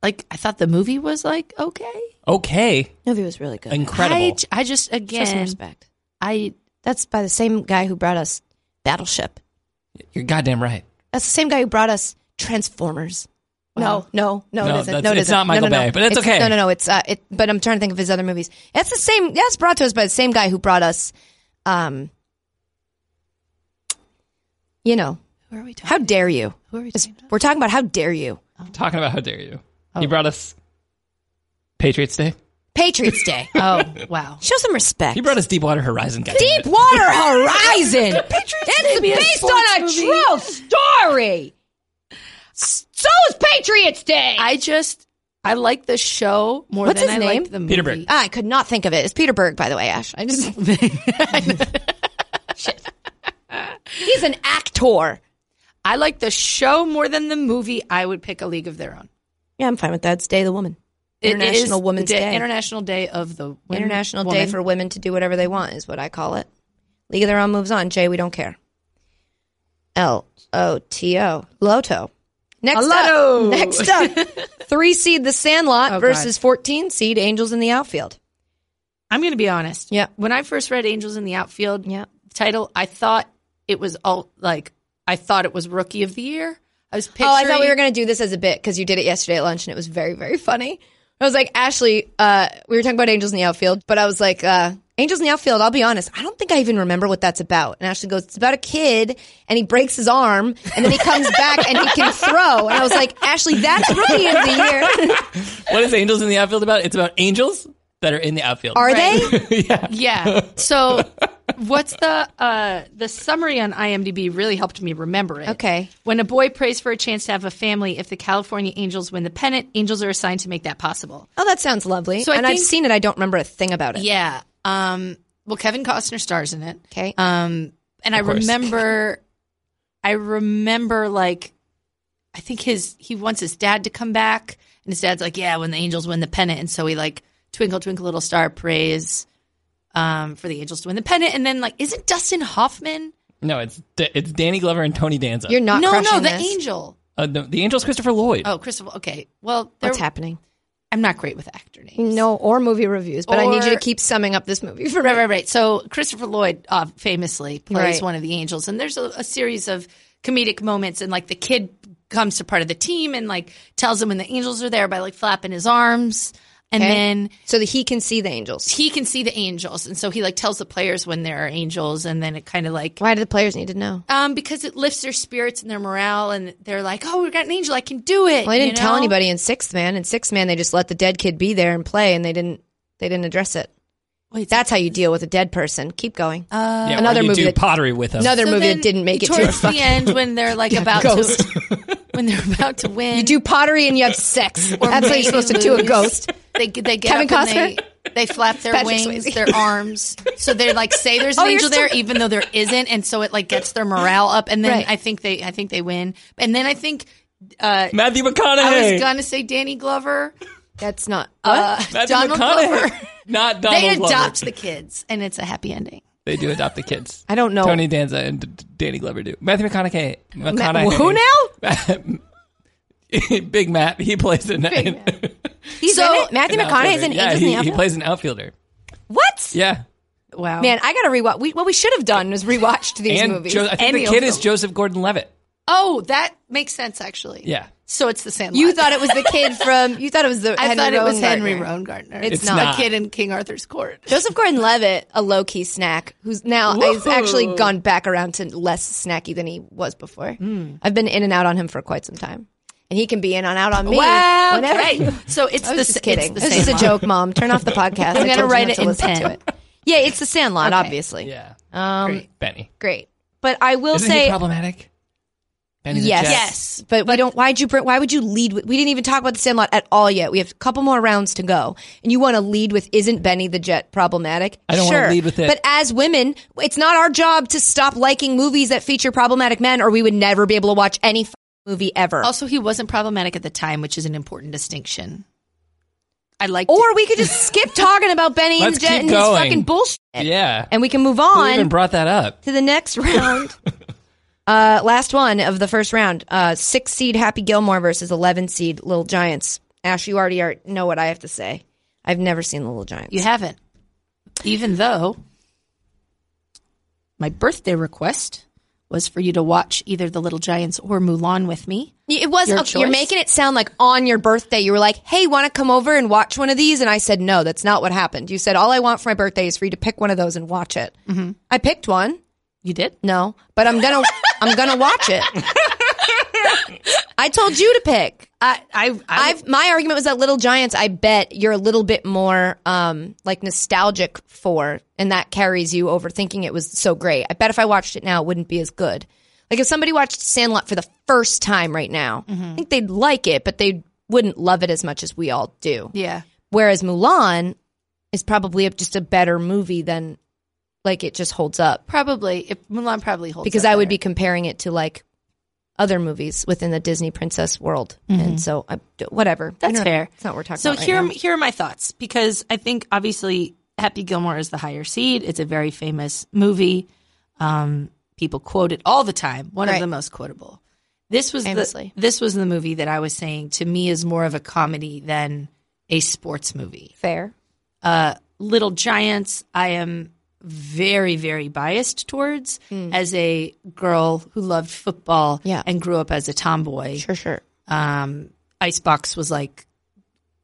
S5: like I thought the movie was like okay,
S3: Okay,
S2: Movie was really good.
S5: I,
S3: incredible.
S5: j- I just
S2: Show some
S5: again
S2: respect.
S5: I
S2: That's by the same guy who brought us Battleship.
S3: You're goddamn right.
S2: That's the same guy who brought us Transformers.
S5: Wow.
S2: No, no, no,
S3: No,
S2: it isn't.
S3: that's-
S2: No, it
S3: it's
S2: isn't.
S3: not Michael
S2: no, no, no.
S3: Bay, but it's okay.
S2: No, no, no. It's uh, it, but I'm trying to think of his other movies. It's the same. Yeah, it's brought to us by the same guy who brought us, um, you know,
S5: who are we talking?
S2: how dare you?
S5: who are we
S2: It's-
S5: talking? about?
S2: We're talking about how dare you?
S3: I'm talking about how dare you.
S2: Oh.
S3: You brought us Patriots Day.
S2: Patriots Day.
S5: Oh wow,
S2: Show some respect.
S3: He brought us Deepwater Horizon. Guys.
S2: Deep Water Horizon. it's
S5: be a
S2: based
S5: sports
S2: on a
S5: movie.
S2: true story. So is Patriots Day.
S5: I just I like the show more
S2: What's
S5: than
S2: his
S5: I
S2: name?
S5: like the movie.
S3: Peter Berg.
S2: I could not think of it. It's Peter Berg, by the way, Ash. I just Shit. He's an actor.
S5: I like the show more than the movie. I would pick a League of Their Own.
S2: Yeah, I'm fine with that. It's Day of the Woman.
S5: It
S2: International
S5: is
S2: Women's
S5: the
S2: Day.
S5: International Day of the Women-
S2: International Day
S5: Woman.
S2: for women to do whatever they want is what I call it. League of Their Own moves on. Jay, we don't care. L O T O. Loto. Next
S5: A lotto.
S2: up. Next up. Three seed the Sandlot
S5: Oh, God.
S2: versus 14 seed Angels in the Outfield.
S5: I'm going to be honest.
S2: Yeah.
S5: When I first read Angels in the Outfield
S2: Yeah.
S5: title, I thought it was all like I thought it was Rookie of the Year. I was picturing.
S2: Oh, I thought we were going to do this as a bit because you did it yesterday at lunch and it was very, very funny. I was like, Ashley, uh, we were talking about Angels in the Outfield, but I was like, uh, Angels in the Outfield, I'll be honest, I don't think I even remember what that's about. And Ashley goes, It's about a kid and he breaks his arm and then he comes back and he can throw. And I was like, Ashley, that's rookie of the year.
S3: What is Angels in the Outfield about? It's about angels that are in the outfield.
S2: Are
S5: Right.
S2: they?
S5: Yeah. So What's the uh, the summary on IMDb really helped me remember it.
S2: Okay.
S5: When a boy prays for a chance to have a family, if the California Angels win the pennant, angels are assigned to make that possible.
S2: Oh, that sounds lovely.
S5: So I
S2: and I've
S5: think-
S2: seen it. I don't remember a thing about it.
S5: Yeah. Um, well, Kevin Costner stars in it.
S2: Okay.
S5: Um, and I
S3: course.
S5: remember, I remember like, I think his he wants his dad to come back, and his dad's like, "Yeah, when the Angels win the pennant," and so he like twinkle twinkle little star prays, um, for the Angels to win the pennant, and then like, isn't Dustin Hoffman?
S3: No, it's it's Danny Glover and Tony Danza.
S2: You're not
S5: no,
S2: crushing
S5: no, the
S2: this.
S5: Angel.
S3: Uh, the, the Angels, Christopher Lloyd.
S2: Uh,
S5: Oh, Christopher. Okay, well, there-
S2: What's happening?
S5: I'm not great with actor names.
S2: No, or movie reviews, but I need you
S5: Or-
S2: to keep summing up this movie for me.
S5: Right, right, right. So Christopher Lloyd uh, famously plays
S2: Right.
S5: one of the angels, and there's a, a series of comedic moments, and like the kid comes to part of the team and like tells him when the angels are there by like flapping his arms, and
S2: Okay.
S5: then
S2: So that he can see the angels.
S5: he can see the angels, and so he like tells the players when there are angels, and then it kind of like
S2: Why do the players need to know?
S5: um because it lifts their spirits and their morale, and they're like, oh, we got an angel, I can do it.
S2: Well, they
S5: you
S2: didn't tell
S5: know?
S2: anybody in Sixth Man. In Sixth Man, they just let the dead kid be there and play, and they didn't they didn't address it.
S5: Wait, Um,
S2: That's how you deal with a dead person. Keep going.
S3: yeah, or
S2: another
S3: you
S2: movie
S3: do
S2: that-
S3: pottery with them.
S2: Another
S5: So
S2: movie
S5: then
S2: that didn't make it to a
S5: towards the
S2: fucking.
S5: end when they're like about to when they're about to win.
S2: You do pottery and you have sex. That's how you're supposed to do a
S5: movies.
S2: ghost.
S5: They they get
S2: Kevin
S5: up and
S2: Costner?
S5: they, they flap their
S2: Patrick
S5: wings,
S2: Swayze.
S5: their arms, so they like say there's an
S2: Oh, you're
S5: angel there,
S2: still-
S5: even though there isn't, and so it like gets their morale up. And then
S2: Right.
S5: I think they I think they win, and then I think uh,
S3: Matthew McConaughey.
S5: I was gonna say Danny Glover,
S2: That's not.
S5: uh,
S3: Matthew
S5: Donald
S3: McConaughey.
S5: Glover.
S3: Not Donald
S5: They
S3: Glover.
S5: adopt the kids, and it's a happy ending.
S3: They do adopt the kids.
S2: I don't know.
S3: Tony Danza and D- D- Danny Glover do. Matthew McConaughey. McConaughey.
S2: who
S3: now? Big Matt. He plays an. an
S2: He's
S5: So-
S2: in it. Matthew McConaughey is
S3: outfielder.
S2: an
S3: yeah,
S2: angel
S3: he,
S2: in the
S3: he
S2: outfield?
S3: plays an outfielder.
S2: What?
S3: Yeah.
S5: Wow,
S2: Man, I gotta rewatch. We, what we should have done is rewatched these
S3: and
S2: movies.
S3: Jo- I think
S5: Any
S3: the
S5: of
S3: kid is
S5: them.
S3: Joseph Gordon-Levitt.
S5: Oh, that makes sense actually.
S3: Yeah.
S5: So it's the same.
S2: you thought it was the kid from. You thought it was the.
S5: I
S2: Henry
S5: thought it was
S2: Rowan
S5: Henry
S2: Gardner.
S5: Roan Gardner.
S2: It's
S3: It's not. not.
S5: a kid in King Arthur's court.
S2: Joseph Gordon-Levitt, a low-key snack, who's now has actually gone back around to less snacky than he was before.
S5: Hmm.
S2: I've been in and out on him for quite some time, and he can be in and out on me
S5: Wow,
S2: whenever.
S5: great. So it's
S2: I
S5: the
S2: was
S5: s-
S2: just kidding.
S5: It's
S2: This
S5: the
S2: is
S5: same
S2: a joke, Mom. Turn off the podcast.
S5: I'm
S2: I
S5: gonna
S2: told you
S5: write
S2: not
S5: it
S2: to
S5: in
S2: listen
S5: pen.
S2: to it. Yeah, it's the Sandlot,
S5: Okay.
S2: obviously.
S3: Yeah.
S2: Um, great.
S5: Great.
S3: Benny.
S2: but I will
S3: Isn't he
S2: say
S3: problematic? Benny's a
S2: yes,
S3: Jet.
S5: Yes.
S2: But, we don't. Why'd you? bring- Why would you lead? With, we didn't even talk about the Sandlot at all yet. We have a couple more rounds to go, and you want to lead with isn't Benny the Jet problematic?
S3: I don't wanna
S2: sure.
S3: lead with it.
S2: But as women, it's not our job to stop liking movies that feature problematic men, or we would never be able to watch any f- movie ever.
S5: Also, he wasn't problematic at the time, which is an important distinction. I like.
S2: or we could just skip talking about Benny and
S3: Let's
S2: the Jet
S3: keep
S2: and
S3: going.
S2: his fucking bullshit,
S3: Yeah.
S2: and we can move
S3: Who even
S2: on
S3: brought that up?
S2: to the next round. uh, last one of the first round. Uh, six seed Happy Gilmore versus eleven seed Little Giants. Ash, you already are, know what I have to say. I've never seen Little Giants.
S5: you haven't, even though my birthday request was for you to watch either The Little Giants or Mulan with me.
S2: It was
S5: Your
S2: okay, you're
S5: choice?
S2: making it sound like on your birthday you were like, "Hey, want to come over and watch one of these?" And I said, "No, that's not what happened." You said, "All I want for my birthday is for you to pick one of those and watch it."
S5: Mm-hmm.
S2: I picked one.
S5: You did.
S2: No, but I'm gonna I'm gonna watch it. I told you to pick.
S5: I. I. I
S2: I've my argument was that Little Giants. I bet you're a little bit more um, like nostalgic for, and that carries you over thinking it was so great. I bet if I watched it now, it wouldn't be as good. Like if somebody watched Sandlot for the first time right now, I think they'd like it, but they wouldn't love it as much as we all do.
S5: yeah.
S2: Whereas Mulan is probably a- just a better movie than like it just holds up
S5: Probably. If Mulan probably holds.
S2: because
S5: up
S2: I would be
S5: better.
S2: comparing it to like other movies within the Disney princess world, and so I, whatever.
S5: Mm-hmm. That's
S2: You know,
S5: fair.
S2: That's not what we're talking
S5: So
S2: about. right
S5: here,
S2: now.
S5: here are my thoughts because I think obviously Happy Gilmore is the higher seed. It's a very famous movie. Um, people quote it all the time. One
S2: Right.
S5: of the most quotable. This was
S2: Famously.
S5: the this was the movie that I was saying to me is more of a comedy than a sports movie.
S2: Fair.
S5: Uh, Little Giants, I am very very biased towards as a girl who loved football
S2: Hmm. Yeah.
S5: and grew up as a tomboy.
S2: Sure, sure.
S5: Um, Icebox was like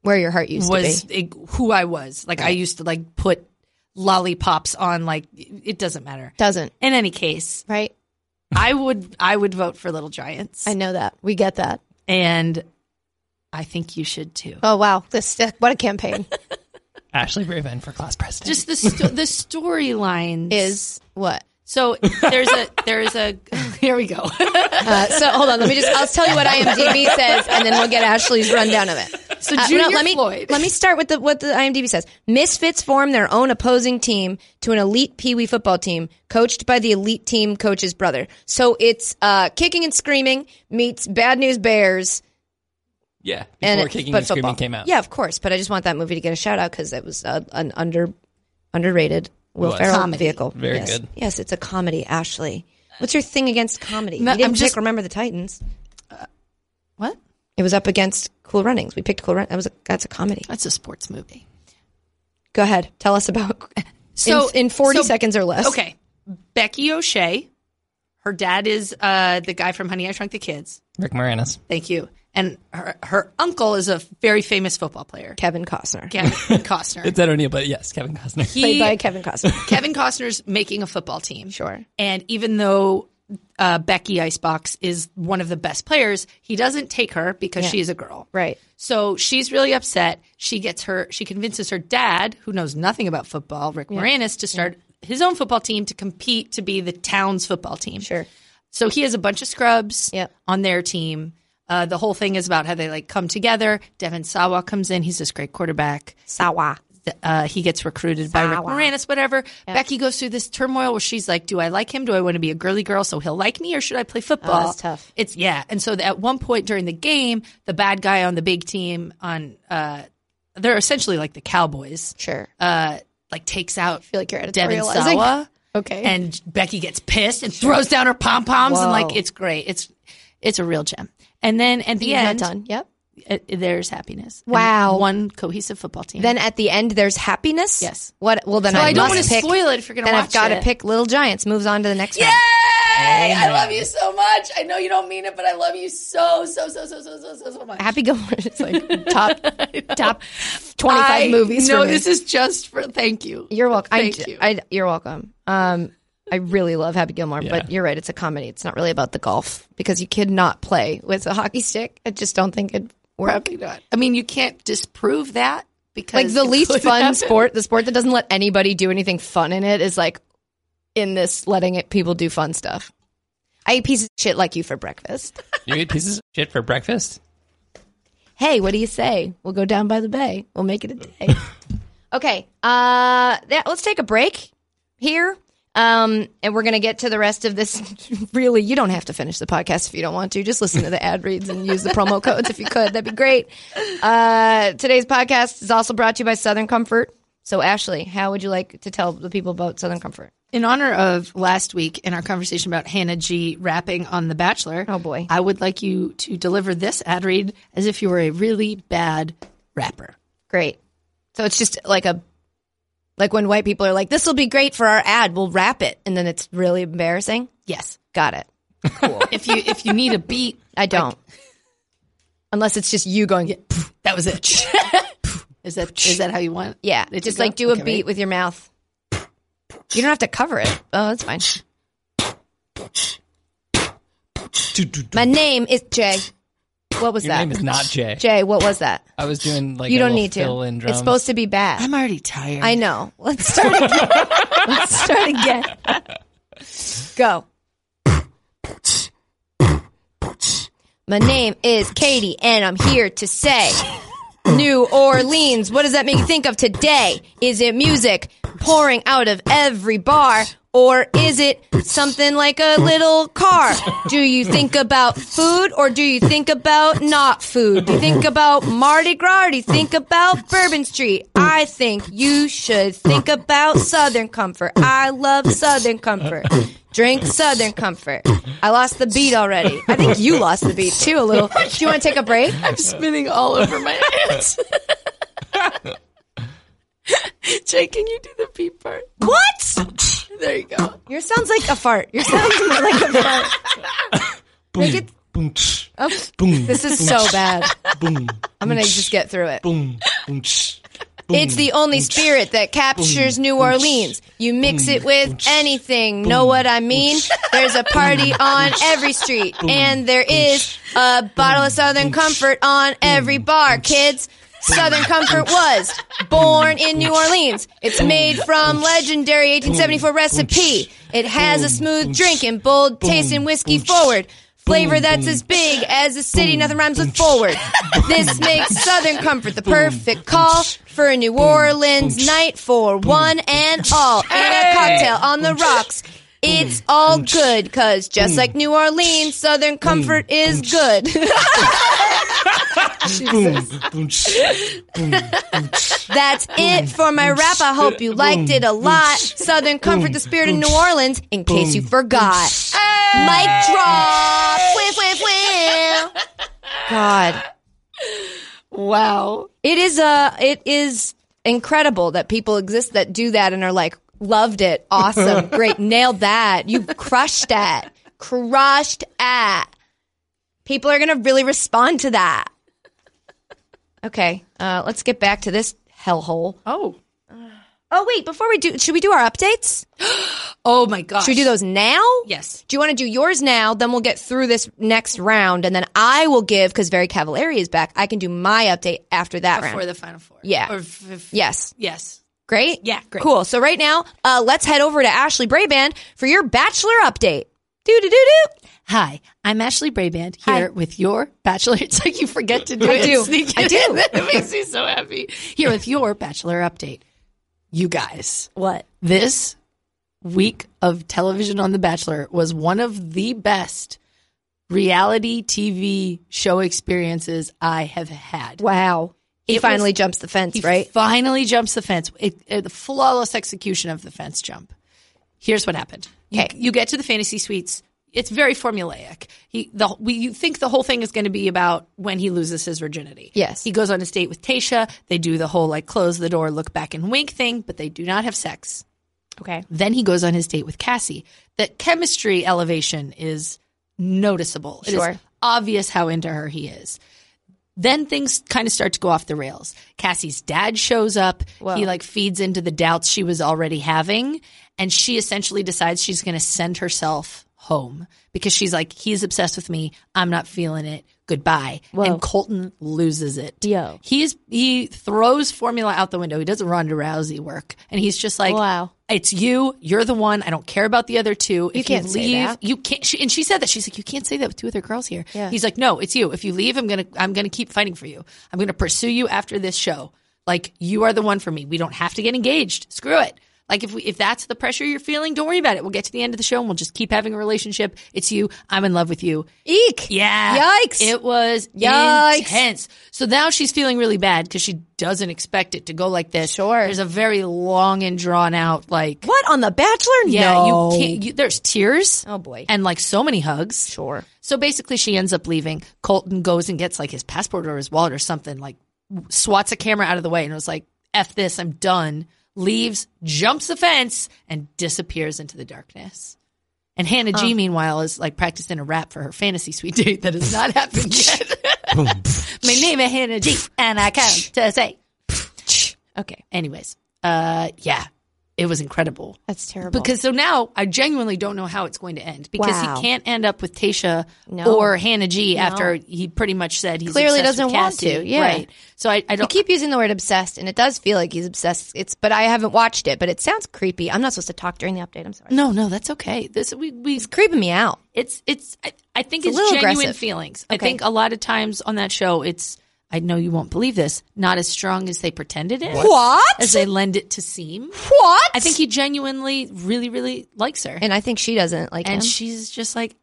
S2: Where your heart used
S5: was
S2: to be.
S5: ig- who I was. Like I used to like put lollipops on. Like it doesn't matter.
S2: Doesn't.
S5: In any case,
S2: Right?
S5: I would I would vote for Little Giants,
S2: I know that. We get that.
S5: and I think you should too.
S2: Oh, wow. This, what a campaign.
S3: Ashley Rubin for class president.
S5: Just the sto- the storyline
S2: Is what?
S5: so there's a there's a here we go.
S2: Uh, so hold on, let me just. I'll tell you what IMDb says, and then we'll get Ashley's rundown of it.
S5: So
S2: Uh,
S5: Junior
S2: let me
S5: Floyd.
S2: let me start with the what the IMDb says. Misfits form their own opposing team to an elite Pee Wee football team coached by the elite team coach's brother. So it's uh, kicking and screaming meets Bad News Bears
S3: yeah, before
S2: and it-
S3: kicking
S2: but
S3: and screaming
S2: football.
S3: came out.
S2: Yeah, of course. But I just want that movie to get a shout out because it was uh, an under underrated Will
S3: was.
S2: Ferrell
S5: Comedy.
S2: vehicle.
S3: Very
S2: yes.
S3: good.
S2: Yes, it's a comedy. Ashley, what's your thing against comedy?
S5: No,
S2: you didn't
S5: I'm
S2: pick
S5: just-
S2: Remember the Titans.
S5: What?
S2: It was up against Cool Runnings. We picked Cool Run. That was a, that's a comedy.
S5: That's a sports movie.
S2: Go ahead, tell us about.
S5: So-
S2: in, in forty
S5: so-
S2: seconds or less.
S5: Okay. Becky O'Shea, her dad is uh, the guy from Honey I Shrunk the Kids.
S3: Rick Moranis.
S5: Thank you. And her her uncle is a very famous football player,
S2: Kevin Costner,
S5: Kevin Costner.
S3: It's Ed O'Neill, but yes, Kevin Costner.
S5: He-
S2: played by Kevin Costner.
S5: Kevin Costner's making a football team.
S2: Sure.
S5: And even though uh, Becky Icebox is one of the best players, he doesn't take her because she is a girl.
S2: right.
S5: So she's really upset. She gets her, she convinces her dad, who knows nothing about football, Rick Moranis, to start his own football team to compete to be the town's football team.
S2: Sure.
S5: So he has a bunch of scrubs
S2: Yep.
S5: on their team. Uh, the whole thing is about how they like come together. Devin Sawa comes in. He's this great quarterback
S2: Sawa.
S5: uh, he gets recruited by Rick
S2: Sawa.
S5: Moranis, whatever. Becky goes through this turmoil where she's like, "Do I like him? Do I want to be a girly girl so he'll like me, or should I play football?"
S2: Oh, that's tough.
S5: It's yeah. And so at one point during the game, the bad guy on the big team on uh, they're essentially like the Cowboys,
S2: Sure.
S5: uh, like takes out
S2: feel like you're
S5: Devin
S2: editorializing.
S5: Sawa,
S2: Okay.
S5: and Becky gets pissed and throws down her pom poms, and like it's great. It's it's a real gem. And then at the
S2: He's not
S5: end,
S2: done. Yep.
S5: uh, there's happiness. And
S2: Wow.
S5: one cohesive football team.
S2: Then at the end, there's happiness.
S5: Yes.
S2: What? Well, then
S5: So
S2: I,
S5: I don't
S2: must
S5: wanna
S2: pick-
S5: spoil it if you're gonna
S2: Then I've
S5: watch
S2: got to
S5: it.
S2: pick Little Giants. Moves on to the next.
S5: Yay!
S2: round.
S5: I love you so much. I know you don't mean it, but I love you so, so, so, so, so, so, so, so much.
S2: Happy Gilmore. It's like top top twenty five movies.
S5: No,
S2: for me.
S5: this is just for thank you.
S2: You're welcome.
S5: Thank
S2: I,
S5: you.
S2: I, you're welcome. Um, I really love Happy Gilmore,
S3: Yeah.
S2: but you're right. It's a comedy. It's not really about the golf because you could not play with a hockey stick. I just don't think it'd work.
S5: Probably not. I mean, you can't disprove that because
S2: Like the
S5: it
S2: least
S5: could
S2: fun
S5: happen.
S2: sport, the sport that doesn't let anybody do anything fun in it is like in this letting it people do fun stuff. I eat pieces of shit like you for breakfast.
S3: you eat pieces of shit for breakfast?
S2: hey, what do you say? We'll go down by the bay. We'll make it a day. okay. Uh that, let's take a break here. Um, and we're gonna get to the rest of this. really, you don't have to finish the podcast if you don't want to. Just listen to the ad reads and use the promo codes if you could. That'd be great. Uh, today's podcast is also brought to you by Southern Comfort. So, Ashley, how would you like to tell the people about Southern Comfort?
S5: In honor of last week in our conversation about Hannah G rapping on The Bachelor,
S2: Oh, boy.
S5: I would like you to deliver this ad read as if you were a really bad rapper.
S2: Great. So it's just like a like when white people are like, "This will be great for our ad. We'll wrap it," and then it's really embarrassing.
S5: Yes.
S2: Got it.
S5: If you if you need a beat,
S2: I don't. Unless it's just you going, yeah.
S5: that was it. is that is that how you want? it to
S2: Just
S5: go?
S2: like do a
S5: Okay,
S2: beat
S5: ready?
S2: with your mouth. You don't have to cover it. Oh, that's fine. My name is Jay. What was
S3: Your
S2: that?
S3: name is not Jay.
S2: Jay, what was that?
S3: I was doing like
S2: you
S3: a
S2: don't
S3: little
S2: need to.
S3: fill-in drum.
S2: It's supposed to be bad.
S5: I'm already tired.
S2: I know. Let's start again. Let's start again. Go. My name is Katie, and I'm here to say New Orleans. What does that make you think of today? Is it music pouring out of every bar? Or is it something like a little car? Do you think about food or do you think about not food? Do you think about Mardi Gras? Or do you think about Bourbon Street? I think you should think about Southern Comfort. I love Southern Comfort. Drink Southern Comfort. I lost the beat already. I think you lost the beat too a little. Do you want to take a break?
S5: I'm spinning all over my hands. Jay, can you do the beat part? What? There you go.
S2: Your sounds like a fart. Your sounds like a fart.
S3: boom,
S2: it-
S3: boom, tsh,
S2: Oh,
S3: boom,
S2: this is so bad.
S3: boom,
S2: I'm gonna just get through it.
S3: boom, boom, tsh.
S2: It's the only spirit that captures New Orleans. You mix it with anything. Know what I mean? There's a party on every street, and there is a bottle of Southern Comfort on every bar, kids. Southern Comfort was born in New Orleans. It's made from legendary 1874 recipe. It has a smooth drink and bold taste and whiskey forward. Flavor that's as big as a city, nothing rhymes with forward. This makes Southern Comfort the perfect call for a New Orleans night for one and all. And a cocktail on the rocks. It's all good, cause just like New Orleans, Southern Comfort is good. That's it for my rap. I hope you liked it a lot. Southern Comfort, the spirit of New Orleans, in case you forgot. Mic drop. Whiff, whiff, whiff. God,
S5: Wow.
S2: it is uh it is incredible that people exist that do that and are like loved it, awesome, great, nailed that, you crushed that, crushed at. People are gonna really respond to that. Okay, uh, let's get back to this hellhole.
S5: Oh.
S2: Oh wait, before we do, should we do our updates?
S5: Oh my gosh.
S2: Should we do those now?
S5: Yes.
S2: Do you want to do yours now? Then we'll get through this next round, and then I will give because Very Cavalieri is back. I can do my update after that round.
S5: Before the final four.
S2: Yeah.
S5: Or f- f-
S2: yes.
S5: Yes.
S2: Great?
S5: Yeah, great.
S2: Cool. So right now, uh, let's head over to Ashley Braband for your bachelor update. Do do do do.
S5: Hi, I'm Ashley Braband here with your Bachelor. It's like you forget to do it.
S2: do.
S5: Sneak
S2: I
S5: it
S2: do.
S5: in. That makes me so happy. Here with your Bachelor update. You guys,
S2: What?
S5: this week of television on The Bachelor was one of the best reality TV show experiences I have had.
S2: Wow. He
S5: It
S2: finally
S5: was-
S2: jumps the fence,
S5: He
S2: right?
S5: finally jumps the fence. It, uh, the flawless execution of the fence jump. Here's what happened. You,
S2: Okay.
S5: you get to the fantasy suites. It's very formulaic. He, the, we, you think the whole thing is going to be about when he loses his virginity.
S2: Yes.
S5: He goes on a date with Tasha. They do the whole like close the door, look back and wink thing, but they do not have sex.
S2: Okay.
S5: Then he goes on his date with Cassie. The chemistry elevation is noticeable. It is
S2: Sure.
S5: obvious how into her he is. Then things kind of start to go off the rails. Cassie's dad shows up. He like feeds into the doubts she was already having. And she essentially decides she's going to send herself home because she's like, he's obsessed with me. I'm not feeling it. Goodbye. And Colton loses it.
S2: Yo.
S5: He's, he throws formula out the window. He does Ronda Rousey work. And he's just like,
S2: Wow.
S5: it's you. You're the one. I don't care about the other two. You
S2: can't say that.
S5: You can't. She, and she said that. She's like, you can't say that with two other girls here.
S2: Yeah.
S5: He's like, no, it's you. If you leave, I'm gonna, I'm gonna keep fighting for you. I'm gonna pursue you after this show. Like you are the one for me. We don't have to get engaged. Screw it. Like if we, if that's the pressure you're feeling, don't worry about it. We'll get to the end of the show and we'll just keep having a relationship. It's you. I'm in love with you.
S2: Eek.
S5: Yeah.
S2: Yikes.
S5: It was
S2: Yikes.
S5: intense. So now she's feeling really bad because she doesn't expect it to go like this. Sure. There's a very long and drawn out like
S2: What on the bachelor?
S5: yeah,
S2: no.
S5: you can't. You, there's tears.
S2: Oh, boy.
S5: and like so many hugs.
S2: Sure.
S5: So basically, she ends up leaving. Colton goes and gets like his passport or his wallet or something. Like swats a camera out of the way and was like, "F this, I'm done." Leaves, jumps the fence, and disappears into the darkness. And Hannah G,
S2: Oh.
S5: meanwhile, is like practicing a rap for her fantasy suite date that has not happened yet. My name is Hannah G, and I come to say.
S2: Okay.
S5: Anyways, uh, yeah, it was incredible.
S2: That's terrible.
S5: Because so now I genuinely don't know how it's going to end because
S2: Wow.
S5: he can't end up with Tasha
S2: No.
S5: or Hannah G after he pretty much said he
S2: Clearly doesn't want to, yeah.
S5: right. So I, I
S2: I
S5: don't.
S2: keep using the word obsessed, and it does feel like he's obsessed. It's, but I haven't watched it. But it sounds creepy. I'm not supposed to talk during the update. I'm sorry.
S5: no, no, that's okay. This we we
S2: It's creeping me out.
S5: it's it's I, I think
S2: It's a
S5: it's,
S2: little
S5: genuine
S2: aggressive.
S5: feelings. I
S2: Okay.
S5: think a lot of times on that show it's I know you won't believe this not as strong as they pretended it
S2: What?
S5: as they lend it to seem.
S2: What?
S5: I think he genuinely really really likes her and,
S2: and I think she doesn't like him.
S5: she's just like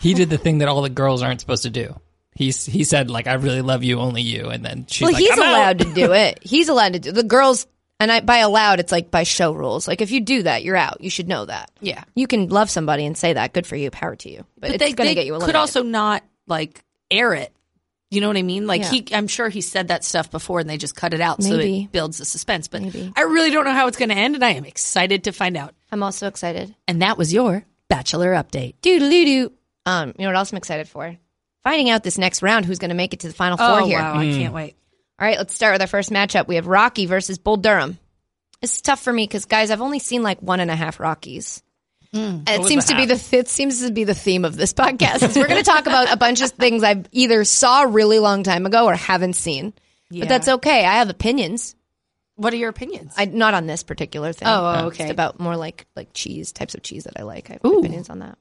S3: He did the thing that all the girls aren't supposed to do. He s- he said like I really love you, only you, and then she's
S2: well,
S3: like
S2: he's
S3: "I'm out."
S2: allowed to do it. He's allowed to do the girls, and I by allowed it's like by show rules. Like if you do that, you're out. You should know that.
S5: Yeah.
S2: you can love somebody and say that. Good for you. Power to you. But, it's going to get you. Eliminated.
S5: could also not like air it. You know what I mean? Like
S2: Yeah.
S5: he, I'm sure he said that stuff before, and they just cut it out so
S2: Maybe.
S5: it builds the suspense. But
S2: Maybe.
S5: I really don't know how it's going to end, and I am excited to find out.
S2: I'm also excited.
S5: And that was your bachelor update.
S2: Doodaloo doo.
S5: Oh,
S2: Um, you know what else I'm excited for? Finding out this next round who's going to make it to the final four here.
S5: I can't wait.
S2: All right, let's start with our first matchup. We have Rocky versus Bull Durham. This is tough for me because, guys, I've only seen like one and a half Rockies. And it
S3: was
S2: seems
S3: the
S2: to be the
S3: half?
S2: fifth. Seems to be the theme of this podcast. is we're going to talk about a bunch of things I've either saw a really long time ago or haven't seen. But that's okay. I have opinions.
S5: What are your opinions?
S2: I not on this particular thing.
S5: Oh,
S2: Uh,
S5: okay.
S2: Just about more like like cheese types of cheese that I like. I have opinions on that.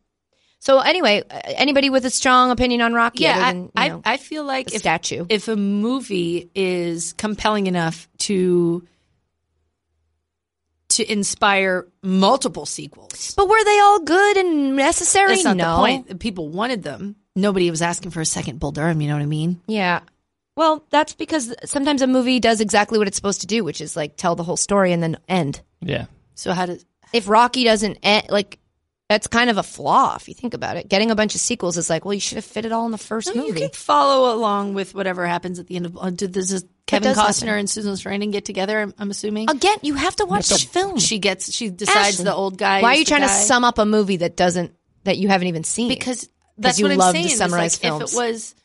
S2: So anyway, uh, anybody with a strong opinion on Rocky?
S5: yeah,
S2: other
S5: I,
S2: than, you
S5: I,
S2: know,
S5: I feel like
S2: the
S5: if,
S2: statue.
S5: if a movie is compelling enough to to inspire multiple sequels,
S2: but were they all good and necessary?
S5: that's not
S2: no.
S5: the point. People wanted them. Nobody was asking for a second Bull Durham. You know what I mean?
S2: Yeah. Well, that's because sometimes a movie does exactly what it's supposed to do, which is like tell the whole story and then end.
S3: Yeah.
S5: So how does
S2: If Rocky doesn't end, like that's kind of a flaw if you think about it. Getting a bunch of sequels is like, well, you should have fit it all in the first
S5: No, you
S2: movie.
S5: can follow along with whatever happens at the end of. Uh, did this is Kevin
S2: does
S5: Costner
S2: happen.
S5: and Susan Sarandon get together? I'm, I'm assuming.
S2: Again, you have to watch film.
S5: She gets. She decides
S2: Ashley,
S5: the old guy.
S2: Why are
S5: is
S2: you
S5: the
S2: trying to
S5: guy.
S2: sum up a movie that doesn't that you haven't even seen?
S5: Because that's
S2: you
S5: what I'm
S2: love to
S5: saying. is,
S2: summarize
S5: like,
S2: films.
S5: If it was,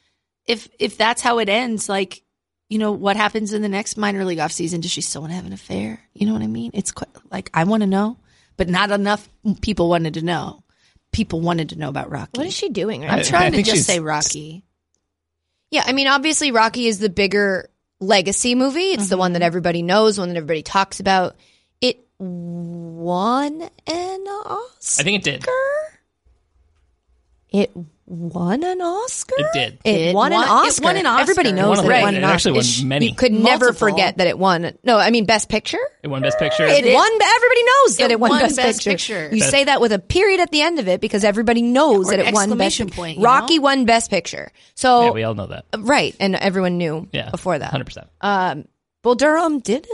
S5: if if that's how it ends, like you know what happens in the next minor league off season? Does she still want to have an affair? You know what I mean? It's quite, like I want to know, but not enough people wanted to know. People wanted to know about Rocky.
S2: what is she doing? Right?
S5: I'm
S3: I- I
S5: trying to
S3: think
S5: just
S3: she's-
S5: say Rocky.
S2: Yeah, I mean, obviously, Rocky is the bigger legacy movie. It's the
S5: Mm-hmm.
S2: one that everybody knows, one that everybody talks about. It won an Oscar.
S3: I think it did.
S2: It won an Oscar.
S3: It did.
S2: It,
S5: It
S2: won, an
S5: won- it
S2: Oscar.
S5: won an Oscar.
S2: Everybody
S5: It
S2: knows
S3: won a
S2: that
S3: lot.
S2: it won an
S3: It
S2: Oscar.
S3: actually won
S2: It's-
S3: many.
S2: You could never
S5: Multiple.
S2: forget that it won. No, I mean Best Picture.
S3: It won Best Picture.
S2: It, won. Everybody knows that
S5: it
S2: it won,
S5: won
S2: Best,
S5: Best
S2: Picture.
S5: Picture.
S2: You
S3: Best-
S2: say that with a period at the end of it because everybody knows
S5: Yeah, or
S2: that it won Best
S5: exclamation point, you
S2: Rocky
S5: know?
S2: won Best Picture. So
S3: yeah, we all know that.
S2: right, and everyone knew
S3: Yeah.
S2: before that.
S3: 100%.
S2: Um, well, Durham didn't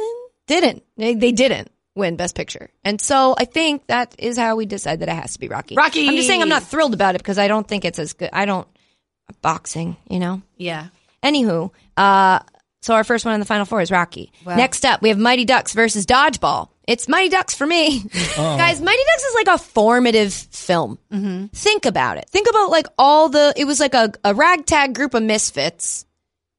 S2: didn't they, they didn't win Best Picture, and so I think that is how we decide that it has to be Rocky.
S5: Rocky!
S2: I'm just saying I'm not thrilled about it because I don't think it's as good. I don't boxing, you know.
S5: Yeah.
S2: Anywho, uh, so our first one in the final four is Rocky. Next up, we have Mighty Ducks versus Dodgeball. It's Mighty Ducks for me, guys. Mighty Ducks is like a formative film. Think about it. Think about like all the. It was like a, a ragtag group of misfits,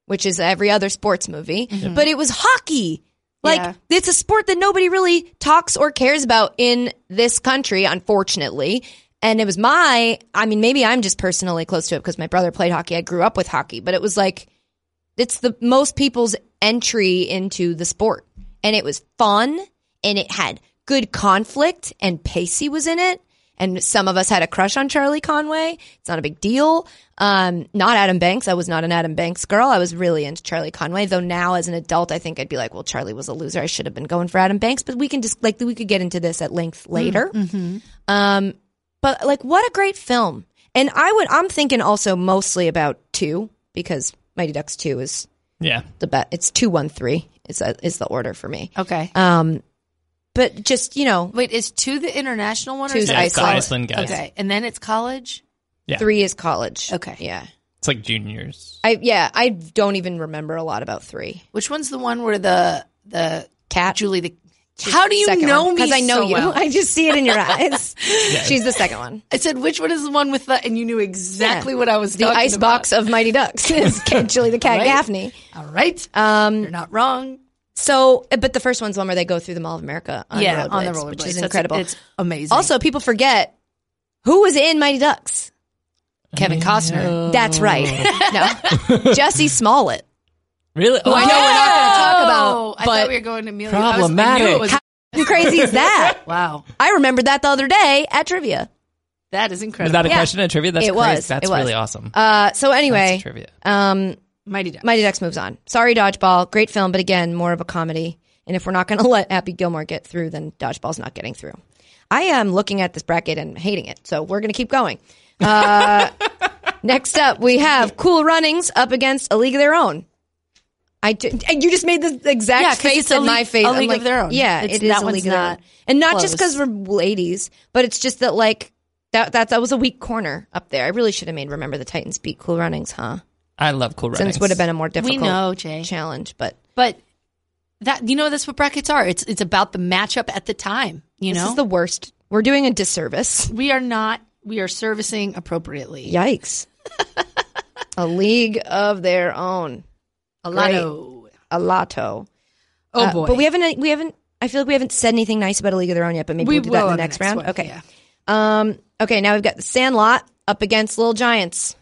S2: which is every other sports movie, but it was hockey. Like
S5: Yeah.
S2: it's a sport that nobody really talks or cares about in this country, unfortunately. And it was my, I mean, maybe I'm just personally close to it because my brother played hockey. I grew up with hockey, but it was like, it's the most people's entry into the sport. And it was fun and it had good conflict and Pacey was in it. And some of us had a crush on Charlie Conway. It's not a big deal. Um, not Adam Banks. I was not an Adam Banks girl. I was really into Charlie Conway, though now as an adult, I think I'd be like, well, Charlie was a loser. I should have been going for Adam Banks, but we can just like, we could get into this at length later. Um, but like, what a great film! And I would, I'm thinking also mostly about two because Mighty Ducks two is
S3: Yeah.
S2: the best. It's two one three is uh, is the order for me.
S5: Okay.
S2: Um, but just you know,
S5: Wait, is two the international one? Or
S2: Two's
S5: is it
S2: Yeah, it's the
S5: college?
S3: Iceland guys.
S5: Okay, and then it's college.
S3: Yeah.
S2: three is college.
S5: Okay.
S2: yeah,
S3: It's like juniors.
S2: I yeah, I don't even remember a lot about three.
S5: Which one's the one where the the cat Julie the? How do you
S2: Second
S5: know
S2: one,
S5: me?
S2: I know
S5: so
S2: you.
S5: well?
S2: I just see it in your eyes. She's the second one.
S5: I said, which one is the one with the? And you knew exactly
S2: Yeah.
S5: what I was.
S2: The
S5: talking
S2: ice box of Mighty Ducks is Julie the Cat
S5: Right.
S2: Gaffney.
S5: About. All right,
S2: Um,
S5: you're not wrong.
S2: so, but the first one's the one where they go through the Mall of America on
S5: yeah,
S2: rollerblades,
S5: on the roller
S2: which is
S5: blades. That's-
S2: incredible.
S5: It's amazing.
S2: Also, people forget who was in Mighty Ducks.
S5: Kevin Costner.
S2: That's right.
S5: Oh.
S2: No, Jesse Smollett.
S3: Really? Oh,
S2: I know we're not going to talk
S5: Oh,
S2: about,
S5: I thought
S2: but
S5: we were going to Amelia.
S3: Problematic.
S5: I was, I knew it was-
S2: how crazy is that?
S5: wow,
S2: I remembered that the other day at trivia.
S5: that is incredible.
S3: Is that a
S2: Yeah.
S3: question at trivia? That's
S2: It
S3: crazy.
S2: was.
S3: That's
S2: It was.
S3: really awesome.
S2: Uh, so
S3: That's
S2: anyway,
S3: trivia.
S2: um,
S5: Mighty Ducks.
S2: Mighty Ducks moves on. Sorry, Dodgeball. Great film, but again, more of a comedy. And if we're not going to let Happy Gilmore get through, then Dodgeball's not getting through. I am looking at this bracket and hating it, so we're going to keep going. Uh, next up, we have Cool Runnings up against A League of Their Own. I ju- and you just made the exact
S5: Yeah, 'cause
S2: face
S5: it's a
S2: in my
S5: league-
S2: face.
S5: a
S2: I'm
S5: league
S2: like,
S5: of their own.
S2: Yeah,
S5: It's-
S2: it is
S5: that
S2: a
S5: one's
S2: league of their
S5: not
S2: own, and not just
S5: close.
S2: because we're ladies, but it's just that like that that that was a weak corner up there. I really should have made remember the Titans beat Cool Runnings, huh?
S3: I love cool
S2: Since
S3: runnings.
S2: would have been a more difficult
S5: We know, Jay,
S2: challenge, but
S5: but that you know that's what brackets are. It's it's about the matchup at the time. You
S2: this
S5: know,
S2: is the worst. We're doing a disservice.
S5: we are not. We are servicing appropriately.
S2: Yikes. a league of their own.
S5: a
S2: great.
S5: lot of
S2: a lotto.
S5: Oh
S2: Uh,
S5: boy.
S2: But we haven't. We haven't. I feel like we haven't said anything nice about a League of Their Own yet. But maybe
S5: We
S2: we'll do that in the
S5: will on the
S2: next,
S5: next
S2: round.
S5: one,
S2: okay.
S5: yeah.
S2: Um. Okay. Now we've got The Sandlot up against Little Giants.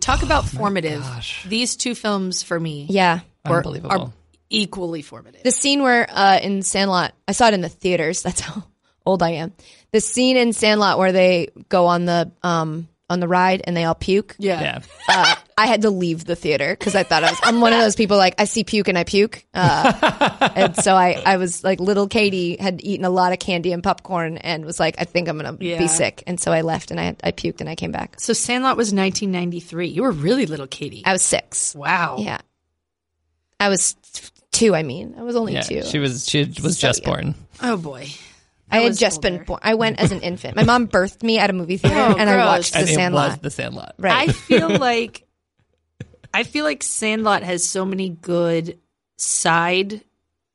S5: talk about formative. These two films for me
S2: Yeah.
S5: were
S3: Unbelievable.
S5: are equally formative.
S2: The scene where uh, in Sandlot, I saw it in the theaters. That's how old I am. The scene in Sandlot where they go on the um on the ride and they all puke.
S5: yeah.
S3: yeah.
S2: Uh, I had to leave the theater because I thought I was. I'm one of those people like I see puke and I puke. Uh, and so I I was like little Katie had eaten a lot of candy and popcorn and was like I think I'm gonna
S5: Yeah.
S2: be sick. And so I left and I I puked and I came back.
S5: So Sandlot was 1993. You were really little, Katie.
S2: I was six.
S5: wow.
S2: Yeah, I was two. I mean, I was only
S3: Yeah.
S2: two.
S3: She was she was
S2: So
S3: just
S2: young.
S3: born.
S5: Oh boy.
S2: I had
S5: was
S2: just been
S5: older.
S2: born. I went as an infant. My mom birthed me at a movie theater,
S5: Oh,
S2: and I
S5: gross.
S2: watched The
S3: And it
S2: Sandlot.
S3: was the Sandlot.
S2: right.
S5: I feel like I feel like Sandlot has so many good side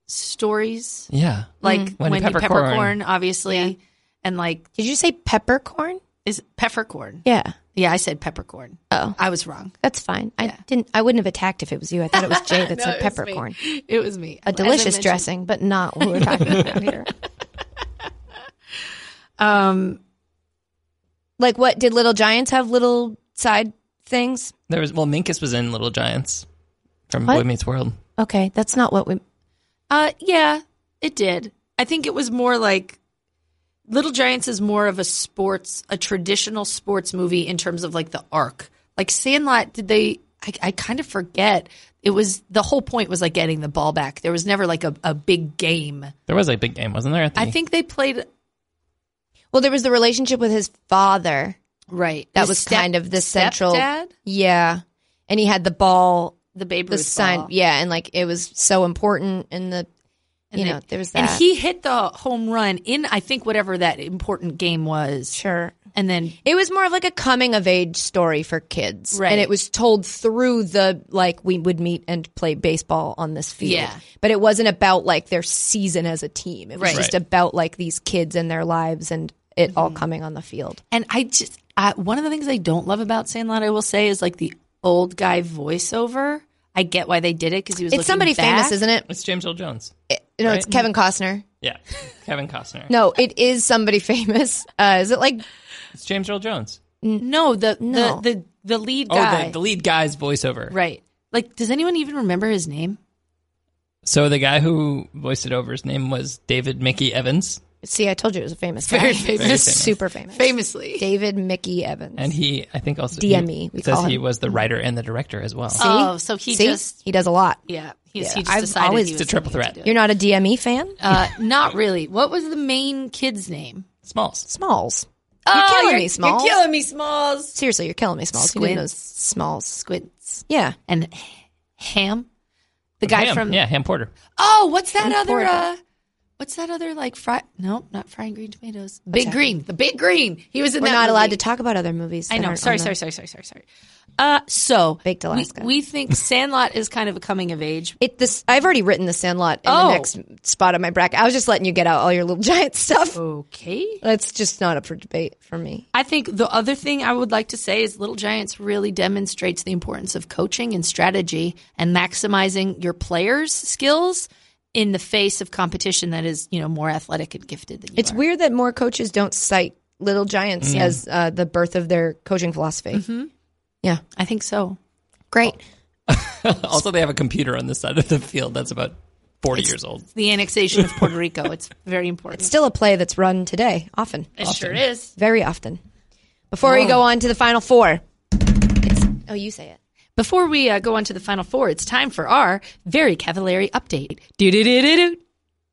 S5: stories.
S3: Yeah.
S2: Mm-hmm.
S5: Like
S3: Wendy
S5: Wendy Peppercorn,
S3: Peppercorn.
S5: obviously, and like
S2: Did you say peppercorn?
S5: is Peppercorn.
S2: Yeah,
S5: Yeah, I said Peppercorn.
S2: Oh.
S5: I was wrong.
S2: that's fine. I didn't. I wouldn't have attacked if it was you. I thought it was Jay that said peppercorn.
S5: It was me.
S2: A
S5: As I
S2: delicious
S5: mentioned-
S2: dressing, but not what we're talking about here.
S5: Um,
S2: Like, what did Little Giants have? Little side things.
S3: There was well, Minkus was in Little Giants from
S2: What?
S3: Boy Meets World.
S2: Okay, that's not what we.
S5: Uh, yeah, it did. I think it was more like Little Giants is more of a sports, a traditional sports movie in terms of like the arc. Like Sandlot, did they? I, I kind of forget. It was the whole point was like getting the ball back. There was never like a, a big game.
S3: There was a big game, wasn't there? At the,
S5: I think they played
S2: Well, there was the relationship with his father.
S5: right.
S2: That
S5: His
S2: was
S5: step-
S2: kind of the central.
S5: stepdad?
S2: Yeah, and he had the ball,
S5: the Babe
S2: the
S5: Ruth
S2: sign.
S5: ball.
S2: Yeah, and like it was so important in the. you know, there was that.
S5: and he hit the home run in I think whatever that important game was.
S2: Sure.
S5: And then
S2: It was more of like a coming of age story for kids.
S5: Right.
S2: And it was told through the, like, we would meet and play baseball on this field.
S5: Yeah.
S2: But it wasn't about like their season as a team. It was
S5: Right.
S2: just
S3: Right.
S2: about like these kids and their lives and it all
S5: Mm-hmm.
S2: coming on the field.
S5: And I just I, one of the things I don't love about Sandlot, I will say, is like the old guy voiceover. I get why they did it because he was.
S2: It's somebody famous, isn't it?
S3: it's James Earl Jones.
S2: No, it's Kevin Costner.
S3: Yeah, Kevin Costner.
S2: No, it is somebody famous. Uh, is it like,
S3: It's James Earl Jones.
S5: it? No, the
S2: No.
S5: the the, the lead
S3: Oh,
S5: guy.
S3: the, the lead guy's voiceover.
S5: right. Like, does anyone even remember his name?
S3: So the guy who voiced it over, his name was David Mickey Evans,
S2: see, I told you it was a famous guy.
S5: Very famous.
S3: Very famous.
S2: Super famous.
S5: Famously.
S2: David Mickey Evans.
S3: and he, I think, also
S2: DME,
S3: he
S2: E, we
S3: says
S2: call
S3: he
S2: him.
S3: was the writer and the director as well.
S2: See?
S5: Oh, so he
S2: See?
S5: just-
S2: He does a lot.
S5: Yeah, he,
S2: Yeah,
S5: he just
S2: I've
S5: decided
S2: always-
S5: he
S2: It's
S5: was
S3: a triple
S5: going
S3: threat.
S5: to do
S2: You're
S5: it.
S2: not a DME fan?
S5: Uh, not really. What was the main kid's name?
S3: Smalls.
S2: Smalls. Oh, you're killing me, Smalls.
S5: Oh, You're killing me, Smalls.
S2: Seriously, you're killing me, Smalls. You didn't know
S5: Squints.
S2: Smalls.
S5: Squints
S2: Yeah.
S5: and Ham, the guy
S3: Ham,
S5: from
S3: yeah, Ham Porter.
S5: Oh, what's that other?
S2: Porter.
S5: Uh, what's that other like fry? No, not frying green tomatoes. Big Green, the Big Green. He was in.
S2: We're
S5: that
S2: not allowed
S5: movie.
S2: to talk about other movies.
S5: I
S2: that
S5: know.
S2: aren't
S5: Sorry,
S2: on
S5: sorry,
S2: the-
S5: sorry, sorry, sorry, sorry. Uh, so
S2: Baked
S5: we-
S2: Alaska.
S5: We, think Sandlot is kind of a coming of age.
S2: It, this, I've already written the Sandlot in
S5: Oh.
S2: the next spot of my bracket. I was just letting you get out all your little giant
S5: Oh.
S2: stuff.
S5: Okay.
S2: That's just not up for debate for me.
S5: I think the other thing I would like to say is Little Giants really demonstrates the importance of coaching and strategy and maximizing your players' skills in the face of competition that is, you know, more athletic and gifted than you
S2: It's
S5: are.
S2: weird that more coaches don't cite Little Giants
S5: Mm.
S2: as uh, the birth of their coaching philosophy.
S5: Mm-hmm.
S2: Yeah,
S5: I think so.
S2: great.
S3: also, they have a computer on this side of the field that's about forty years old.
S5: the annexation of Puerto Rico. It's very important.
S2: It's still a play that's run today, often,
S5: it sure is.
S2: very often. Before we go on to the final four, it's, oh, you say it.
S5: Before we uh, go on to the final four, it's time for our very cavallari update. Do do do do do.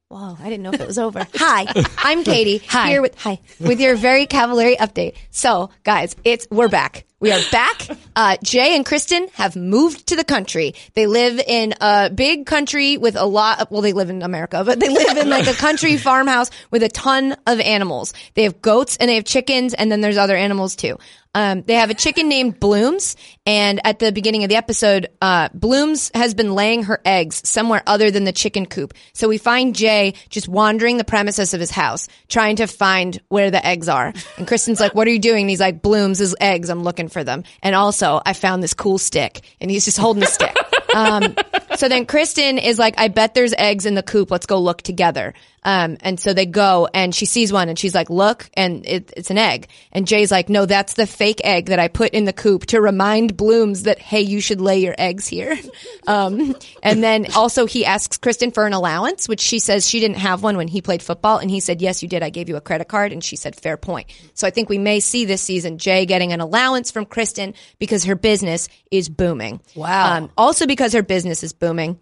S2: Whoa, I didn't know if it was over. hi, I'm Katie.
S5: Hi.
S2: Here with hi with your very cavallari update. So, guys, it's we're back. We are back. Uh, Jay and Kristen have moved to the country. They live in a big country with a lot. Of, well, they live in America, but they live in like a country farmhouse with a ton of animals. They have goats and they have chickens, and then there's other animals too. Um, they have a chicken named Blooms, and at the beginning of the episode, uh, Blooms has been laying her eggs somewhere other than the chicken coop. So we find Jay just wandering the premises of his house, trying to find where the eggs are. And Kristen's like, "What are you doing?" And he's like, "Blooms is eggs. I'm looking for them." And also, I found this cool stick, and he's just holding the stick. Um, so then Kristen is like, I bet there's eggs in the coop. Let's go look together. Um, and so they go and she sees one and she's like, look, and it, it's an egg. And Jay's like, no, that's the fake egg that I put in the coop to remind Blooms that, hey, you should lay your eggs here. Um, and then also he asks Kristen for an allowance, which she says she didn't have one when he played football. And he said, yes, you did. I gave you a credit card. And she said, fair point. So I think we may see this season Jay getting an allowance from Kristen because her business is booming.
S5: Wow.
S2: Um, also because her business is booming.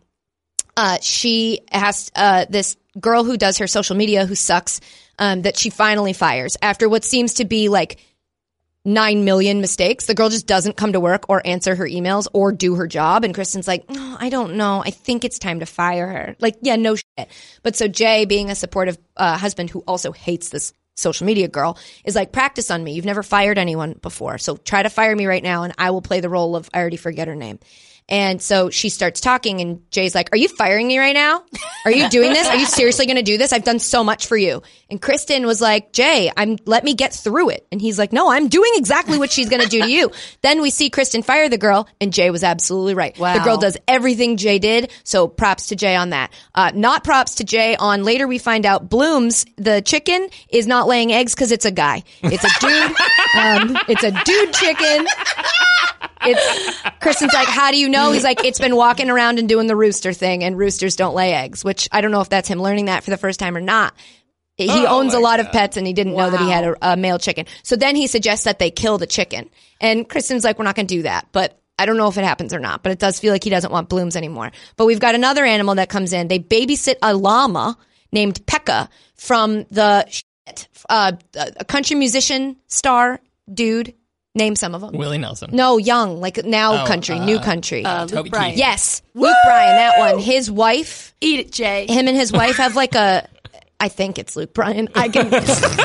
S2: Uh, she has uh, this girl who does her social media who sucks um, that she finally fires after what seems to be like 9 million mistakes. The girl just doesn't come to work or answer her emails or do her job. And Kristen's like, "Oh, I don't know. I think it's time to fire her. Like, yeah, no shit. But so Jay, being a supportive uh, husband who also hates this social media girl, is like, practice on me. You've never fired anyone before. So try to fire me right now and I will play the role of, I already forget her name. And so she starts talking, and Jay's like, Are you firing me right now? Are you doing this? Are you seriously going to do this? I've done so much for you. And Kristen was like, Jay, I'm, let me get through it. And he's like, No, I'm doing exactly what she's going to do to you. then we see Kristen fire the girl, and Jay was absolutely right. The girl
S5: Wow.
S2: does everything Jay did. So props to Jay on that. Uh, not props to Jay on later we find out Blooms, the chicken, is not laying eggs because it's a guy. It's a dude. um, it's a dude chicken. It's Kristen's like, how do you know? He's like, it's been walking around and doing the rooster thing, and roosters don't lay eggs. Which I don't know if that's him learning that for the first time or not. He owns a lot of pets, and he didn't know that he had a, a male chicken. So then he suggests that they kill the chicken, and Kristen's like, we're not going to do that, but. I don't know if it happens or not, but it does feel like he doesn't want blooms anymore. But we've got another animal that comes in. They babysit a llama named Pekka from the shit, uh, a country musician star dude. Name some of them.
S3: Willie Nelson.
S2: No, young, like now country, new country.
S3: Toby
S5: Bryan.
S3: Keith.
S2: yes, Luke Bryan, that one. His wife,
S5: Eat it, Jay.
S2: him and his wife have like a. I think it's Luke Bryan. I can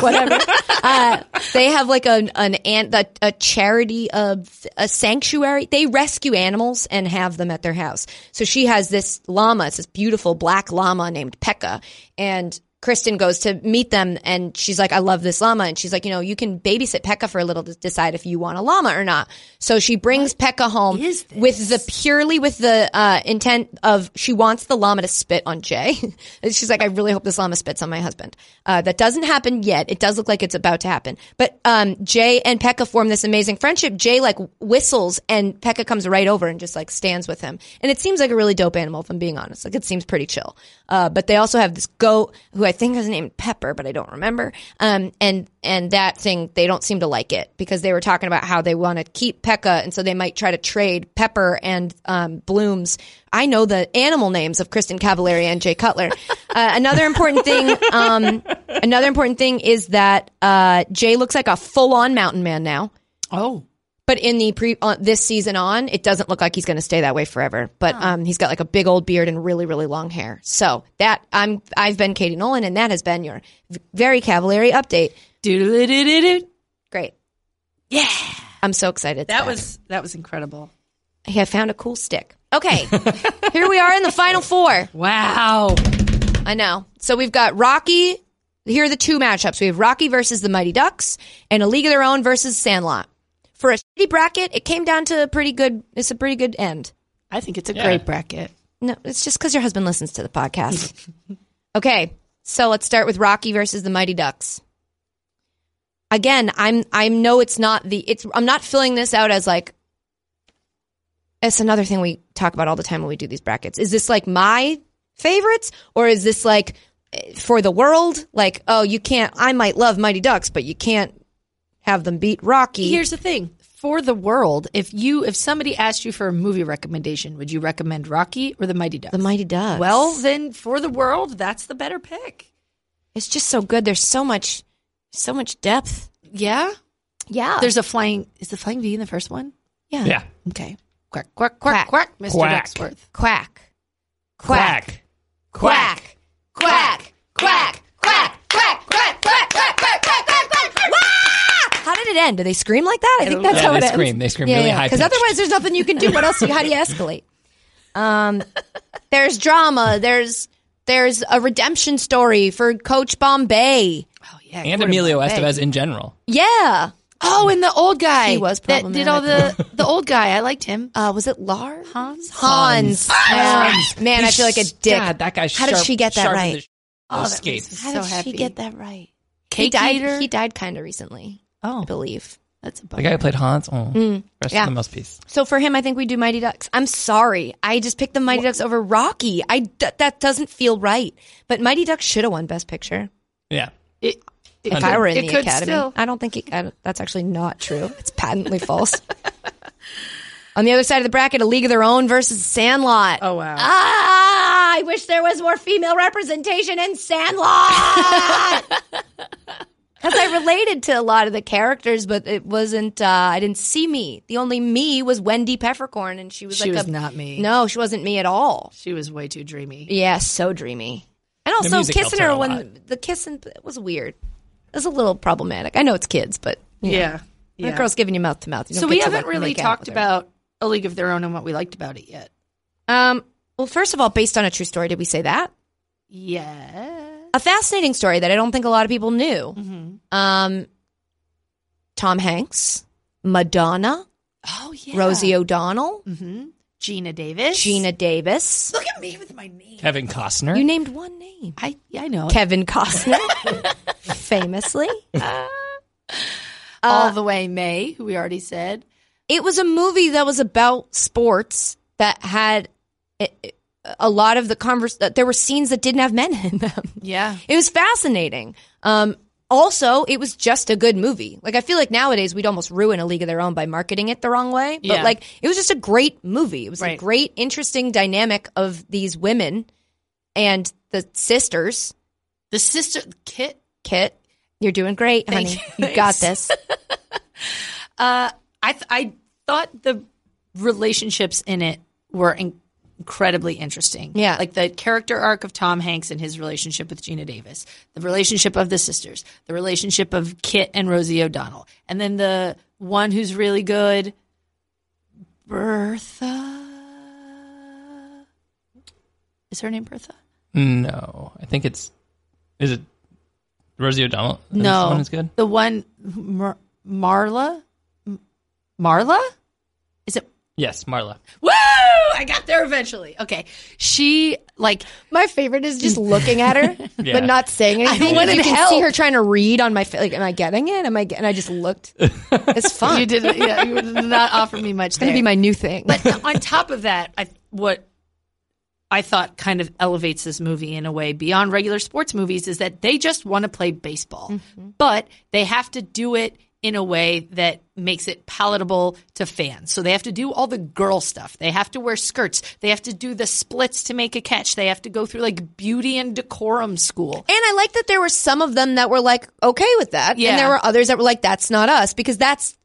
S2: whatever. Uh, they have like an an ant a, a charity of a sanctuary. They rescue animals and have them at their house. So she has this llama. It's this beautiful black llama named Pekka, and Kristen goes to meet them and she's like, I love this llama. And she's like, you know, you can babysit Pekka for a little to decide if you want a llama or not. So she brings Pekka home with the purely with the uh, intent of she wants the llama to spit on Jay. And she's like, I really hope this llama spits on my husband. Uh, that doesn't happen yet. It does look like it's about to happen. But um, Jay and Pekka form this amazing friendship. Jay like whistles and Pekka comes right over and just like stands with him. And it seems like a really dope animal, if I'm being honest. Like it seems pretty chill. Uh, but they also have this goat who I think is named Pepper, but I don't remember. Um, and and that thing they don't seem to like it because they were talking about how they want to keep Pekka, and so they might try to trade Pepper and um, Blooms. I know the animal names of Kristen Cavallari and Jay Cutler. Uh, another important thing, um, another important thing is that uh, Jay looks like a full-on mountain man now.
S5: Oh,
S2: But in the pre on this season on, it doesn't look like he's going to stay that way forever. But um, he's got like a big old beard and really really long hair. So that I'm I've been Katie Nolan, and that has been your v- very Cavallari update.
S5: doodle doo
S2: Great,
S5: Yeah,
S2: I'm so excited.
S5: that was that was incredible.
S2: hey, I found a cool stick. Okay, here we are in the final four.
S5: Wow.
S2: I know. So we've got Rocky. Here are the two matchups. We have Rocky versus the Mighty Ducks and A League of Their Own versus Sandlot. For a shitty bracket, it came down to a pretty good. It's a pretty good end.
S5: I think it's a great bracket.
S2: No, it's just because your husband listens to the podcast. okay, so let's start with Rocky versus the Mighty Ducks. Again, I'm I know it's not the it's I'm not filling this out as like it's another thing we talk about all the time when we do these brackets. Is this like my favorites or is this like eh, for the world? Like, oh, you can't I might love Mighty Ducks, but you can't have them beat Rocky.
S5: Here's the thing. For the world, if you if somebody asked you for a movie recommendation, would you recommend Rocky or The Mighty Ducks?
S2: the Mighty Ducks.
S5: Well, then for the world, that's the better pick.
S2: it's just so good. There's so much so much depth.
S5: Yeah.
S2: Yeah.
S5: There's a flying. Is the flying V in the first one?
S3: Yeah.
S5: Okay. Quack quack
S2: Quack.
S5: quack quack. Mr.
S3: Quack.
S5: Ducksworth.
S2: Quack. Quack. Quack. Quack. Quack. Quack. Quack. Quack. Quack. Quack. Quack. Quack. Quack. Quack. Quack. Wah! How did it end? Do they scream like that? I think that's
S3: Yeah,
S2: how it
S3: they
S2: ends.
S3: scream. They scream really high.
S2: Because
S3: pitched.
S2: otherwise, there's nothing you can do. What else? How do you escalate? Um, there's drama. There's there's a redemption story for Coach Bombay.
S5: Oh yeah.
S3: and
S5: Gordon
S3: Emilio
S5: Bombay.
S3: Estevez in general.
S2: Yeah.
S5: Oh, and the old guy.
S2: He was
S5: that did all the the old guy. I liked him.
S2: Uh, was it Lars?
S5: Hans.
S2: Hans. Hans. Man, I feel like a dick.
S3: God, that guy.
S2: How did
S3: sharp-
S2: she get that
S3: sharpened
S2: right? Oh,
S3: the sh- those skates.
S5: How
S2: How
S5: so
S2: did
S5: happy.
S2: she get that right?
S5: Cake
S2: he died.
S5: eater?
S2: He died kind of recently, I
S5: Oh,
S2: believe.
S5: that's a
S3: The
S5: bummer.
S3: guy who played Hans. Oh, rest
S2: Mm, yeah.
S3: in the most peace.
S2: So for him, I think we do Mighty Ducks. I'm sorry, I just picked the Mighty Ducks over Rocky. I that- that doesn't feel right. But Mighty Ducks should have won Best Picture
S3: Yeah.
S5: It, it,
S2: if I were in
S5: it
S2: the
S5: could
S2: Academy.
S5: still.
S2: I don't think it, I don't- that's actually not true. It's patently false. On the other side of the bracket, A League of Their Own versus Sandlot.
S5: Oh wow.
S2: Ah, I wish there was more female representation in Sandlot. Because I related to a lot of the characters, but it wasn't. Uh, I didn't see me. The only me was Wendy Peppercorn, and she was
S5: she
S2: like
S5: was
S2: a,
S5: not me.
S2: No, she wasn't me at all.
S5: she was way too dreamy.
S2: Yeah, so dreamy. And also
S3: music
S2: kissing
S3: helped her
S2: her
S3: a
S2: when
S3: lot.
S2: the kissing it was weird. It was a little problematic. I know it's kids, but you know,
S5: Yeah.
S2: when a girl's giving you mouth to mouth. you don't
S5: So we
S2: get to,
S5: haven't
S2: like,
S5: really
S2: make out
S5: talked
S2: with her.
S5: about a league of their own and what we liked about it yet.
S2: Um, well, first of all, based on a true story, did we say that?
S5: Yeah.
S2: a fascinating story that I don't think a lot of people knew.
S5: Mm-hmm.
S2: Um, Tom Hanks, Madonna,
S5: Oh yeah. Mm-hmm.
S2: Rosie O'Donnell,
S5: Gina Davis.
S2: Gina Davis.
S5: Look at me with my name.
S3: Kevin Costner.
S2: You named one name.
S5: I yeah, I know.
S2: Kevin Costner, famously.
S5: All the way May, who we already said.
S2: It was a movie that was about sports that had a, a lot of the converse. There were scenes that didn't have men in them.
S5: Yeah.
S2: It was fascinating. Um, also, it was just a good movie. Like I feel like nowadays we'd almost ruin A League of Their Own by marketing it the wrong way. But
S5: Yeah.
S2: like it was just a great movie. It was a
S5: Right.
S2: great, interesting dynamic of these women and the sisters.
S5: The sister Kit.
S2: Kit, you're doing great,
S5: Thank
S2: honey.
S5: you.
S2: You, got this.
S5: Uh I th- I thought the relationships in it were in- incredibly interesting.
S2: Yeah.
S5: Like the character arc of Tom Hanks and his relationship with Gina Davis, the relationship of the sisters, the relationship of Kit and Rosie O'Donnell, and then the one who's really good Bertha. Is her name Bertha?
S3: No, I think it's. Is it Rosie O'Donnell? Is
S5: no,
S3: this one is good.
S5: The one Mar- Marla, M- Marla, is it?
S3: Yes, Marla.
S5: Woo! I got there eventually. Okay, she like
S2: my favorite is just looking at her,
S3: Yeah.
S2: but not saying anything.
S5: wanted
S2: you can
S5: help.
S2: see her trying to read on my face. Like, am I getting it? Am I? Get-? And I just looked. It's fun.
S5: you
S2: It's
S5: did. Yeah, you did not offer me much there.
S2: gonna be my new thing.
S5: but on top of that, I what I thought kind of elevates this movie in a way beyond regular sports movies is that they just want to play baseball,
S2: Mm-hmm.
S5: but they have to do it in a way that makes it palatable to fans. So they have to do all the girl stuff. They have to wear skirts. They have to do the splits to make a catch. They have to go through like beauty and decorum school.
S2: And I like that there were some of them that were like okay with that,
S5: Yeah.
S2: and there were others that were like that's not us because that's